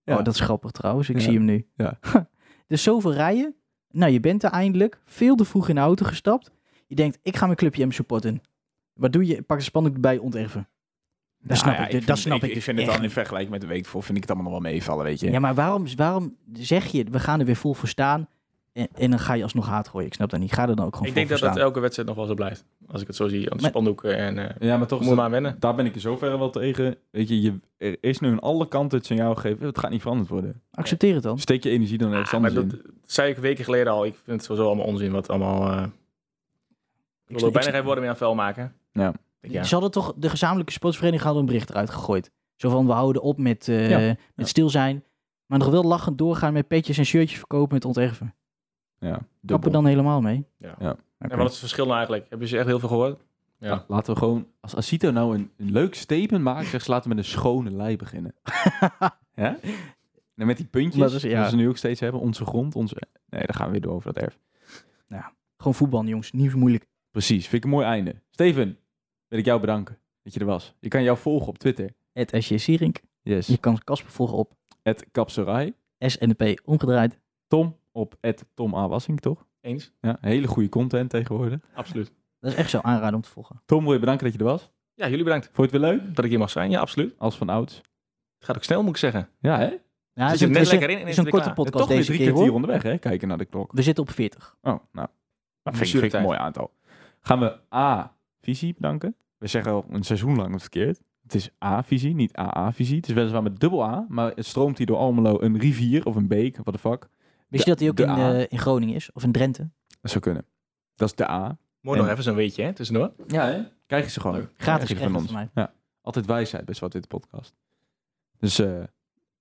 Speaker 4: Ja.
Speaker 5: Oh, dat is grappig trouwens, ik
Speaker 4: Ja.
Speaker 5: zie hem nu.
Speaker 4: Ja.
Speaker 5: dus zoveel rijden, nou je bent er eindelijk, veel te vroeg in de auto gestapt. Je denkt, ik ga mijn clubje M supporten. Wat doe je? Pak de spandoek erbij, onterven. Dat
Speaker 6: Nou
Speaker 5: snap ik, dat snap ik, dus echt
Speaker 4: in vergelijking met de week voor, vind ik het allemaal nog wel meevallen, weet je.
Speaker 5: ja, maar waarom, waarom zeg je, we gaan er weer vol voor staan en, en dan ga je alsnog haat gooien? Ik snap dat niet. Ga er dan ook gewoon
Speaker 6: Ik
Speaker 5: vol
Speaker 6: denk dat
Speaker 5: voor
Speaker 6: dat
Speaker 5: staan.
Speaker 6: elke wedstrijd nog wel zo blijft. Als ik het zo zie, aan de
Speaker 5: Maar-
Speaker 6: spandoeken en... eh,
Speaker 4: Ja, maar toch is
Speaker 6: Moet
Speaker 4: dat-
Speaker 6: maar wennen.
Speaker 4: Daar ben ik in zoverre wel tegen. Weet je, je, er is nu aan alle kanten het signaal gegeven. Het gaat niet veranderd worden.
Speaker 6: eh,
Speaker 5: Accepteer het dan.
Speaker 4: Steek je energie dan ergens
Speaker 6: Ah, maar
Speaker 4: anders
Speaker 6: dat
Speaker 4: in.
Speaker 6: zei ik weken geleden al. Ik vind het sowieso allemaal onzin wat allemaal... eh ik wil
Speaker 5: snap-
Speaker 6: er bijna
Speaker 5: ik-
Speaker 6: geen woorden meer aan vuil maken.
Speaker 4: Ja.
Speaker 6: Ik denk,
Speaker 5: Ze
Speaker 6: ja.
Speaker 5: hadden toch, de gezamenlijke sportsvereniging hadden een bericht eruit gegooid. Zo van, we houden op met, eh,
Speaker 4: Ja,
Speaker 5: met
Speaker 4: ja.
Speaker 5: stil zijn, maar nog wel lachend doorgaan met petjes en shirtjes verkopen met onterven.
Speaker 4: Ja,
Speaker 5: Kap
Speaker 4: dubbel.
Speaker 5: er dan helemaal mee.
Speaker 6: Ja.
Speaker 4: Ja.
Speaker 5: Oké.
Speaker 6: En wat is het verschil nou eigenlijk? Hebben ze echt heel veel gehoord?
Speaker 4: Ja, Laten we gewoon, als Asito nou een, een leuk statement maakt, zegt ze laten we met een schone lei beginnen. ja? En met die
Speaker 5: Dat
Speaker 4: puntjes,
Speaker 5: is-
Speaker 4: die
Speaker 5: ja.
Speaker 4: ze nu ook steeds hebben. Onze grond, onze... Nee, daar gaan we weer door over dat erf.
Speaker 5: Gewoon voetbal, jongens. Niet zo moeilijk.
Speaker 4: Precies, vind ik een mooi einde. Steven, wil ik jou bedanken dat je er was. Je kan jou volgen op Twitter.
Speaker 5: Het SJ Sierink. Je
Speaker 4: Yes.
Speaker 5: kan Casper volgen op
Speaker 4: Het Kapserai.
Speaker 5: SNP omgedraaid.
Speaker 4: Tom op het Tom A. Wassink, toch?
Speaker 6: Eens?
Speaker 4: Ja, hele goede content tegenwoordig.
Speaker 6: Absoluut.
Speaker 5: Dat is echt zo aanraden om te volgen.
Speaker 4: Tom, wil je bedanken dat je er was.
Speaker 6: Ja, jullie bedankt
Speaker 4: Vond je het weer leuk?
Speaker 6: dat ik hier mag zijn. Ja, absoluut.
Speaker 4: Als van ouds.
Speaker 6: Het gaat ook snel, moet ik zeggen.
Speaker 4: Ja, hè?
Speaker 5: Ja,
Speaker 6: zit er net
Speaker 5: het is een-
Speaker 6: lekker in en
Speaker 5: het is
Speaker 6: is
Speaker 5: een korte
Speaker 6: het weer klaar.
Speaker 5: podcast
Speaker 4: toch weer
Speaker 5: deze
Speaker 4: drie
Speaker 5: keer
Speaker 4: kwartier
Speaker 5: hoor.
Speaker 4: onderweg, hè? Kijken naar de klok.
Speaker 5: We zitten op 40.
Speaker 4: Oh, nou. Dat vind ik,
Speaker 6: Blessuretijd.
Speaker 4: vind ik een mooi aantal. Gaan we A-visie bedanken. We zeggen al een seizoen lang het verkeerd. Het is A-visie, niet AA-visie. Het is weliswaar met dubbel A, maar het stroomt hier door Almelo een rivier of een beek, wat de fuck.
Speaker 5: Wist je dat hij ook
Speaker 4: de
Speaker 5: in,
Speaker 4: A.
Speaker 5: eh, in Groningen is? Of in Drenthe?
Speaker 4: Dat zou kunnen. Dat is de A.
Speaker 6: Mooi
Speaker 4: En-
Speaker 6: nog even zo'n weetje, hè, tussendoor.
Speaker 4: Ja, hè? Krijg je ze gewoon.
Speaker 6: Leuk.
Speaker 5: Gratis
Speaker 4: Krijg je van
Speaker 5: krijg je
Speaker 4: ons.
Speaker 5: van
Speaker 4: Ja. Altijd wijsheid bij Zwart Wit Podcast. Dus eh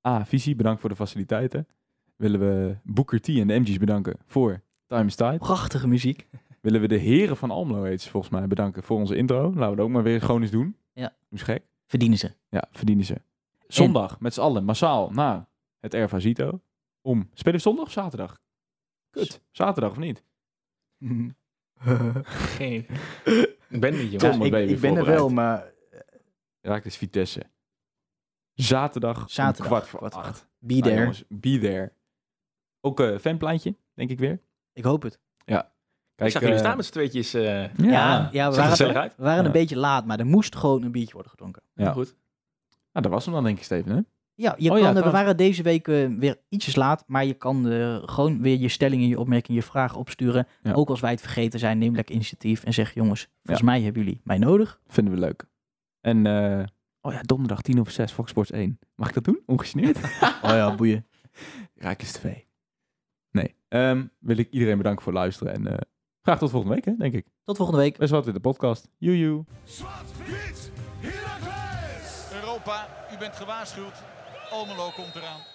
Speaker 4: A, Visie, bedankt voor de faciliteiten. Willen we Booker T en de MG's bedanken voor Time is Tide.
Speaker 5: Prachtige muziek.
Speaker 4: Willen we de heren van Almelo, heet ze volgens mij, bedanken voor onze intro. Laten we dat ook maar weer gewoon eens doen.
Speaker 5: Ja.
Speaker 4: Hoe is gek.
Speaker 5: Verdienen ze.
Speaker 4: Ja, verdienen ze. Zondag, met z'n allen, massaal, na het Ervazito. Om, spelen we zondag of zaterdag? Kut, zaterdag of niet?
Speaker 6: Geen. Ik ben niet,
Speaker 4: Tom,
Speaker 6: jongens.
Speaker 4: Ja,
Speaker 7: ik,
Speaker 4: baby
Speaker 7: ik ben er
Speaker 4: voorbereid.
Speaker 7: wel, maar
Speaker 4: Raakt dus Vitesse. Zaterdag, om
Speaker 5: Zaterdag,
Speaker 4: kwart voor
Speaker 5: kwart voor
Speaker 4: acht.
Speaker 5: Be
Speaker 4: Nou,
Speaker 5: there.
Speaker 4: jongens, be there. Ook eh fanplaatje, denk ik weer.
Speaker 5: ik hoop het.
Speaker 4: Kijk,
Speaker 6: ik zag jullie
Speaker 4: eh,
Speaker 6: staan met z'n tweetjes. eh zag
Speaker 4: Ja.
Speaker 5: Ja, ja we
Speaker 6: er gezellig
Speaker 5: waren,
Speaker 6: uit.
Speaker 5: we waren een
Speaker 4: Ja.
Speaker 5: beetje laat, maar er moest gewoon een biertje worden gedronken.
Speaker 4: Ja.
Speaker 6: Goed.
Speaker 4: Nou, dat was hem dan denk ik, Steven. Hè?
Speaker 5: Ja, je
Speaker 4: Oh ja,
Speaker 5: kan, eh, we
Speaker 4: trouwens.
Speaker 5: waren deze week eh, weer ietsjes laat, maar je kan eh, gewoon weer je stellingen, je opmerkingen, je vragen opsturen.
Speaker 4: Ja.
Speaker 5: Ook als wij het vergeten zijn, neem lekker initiatief en zeg jongens, volgens mij hebben jullie mij nodig.
Speaker 4: Vinden we leuk. En, eh, oh ja, donderdag tien over zes, Fox Sports 1. Mag ik dat doen? Ongesneerd?
Speaker 5: Oh ja, boeien.
Speaker 4: Raak eens twee. Nee. Ehm, wil ik iedereen bedanken voor het luisteren. En eh, graag tot volgende week, hè, denk ik.
Speaker 5: Tot volgende week.
Speaker 4: Best wat in de podcast. Joejoe.
Speaker 1: Zwart-wit Heracles!
Speaker 2: Europa, u bent gewaarschuwd. Almelo komt eraan.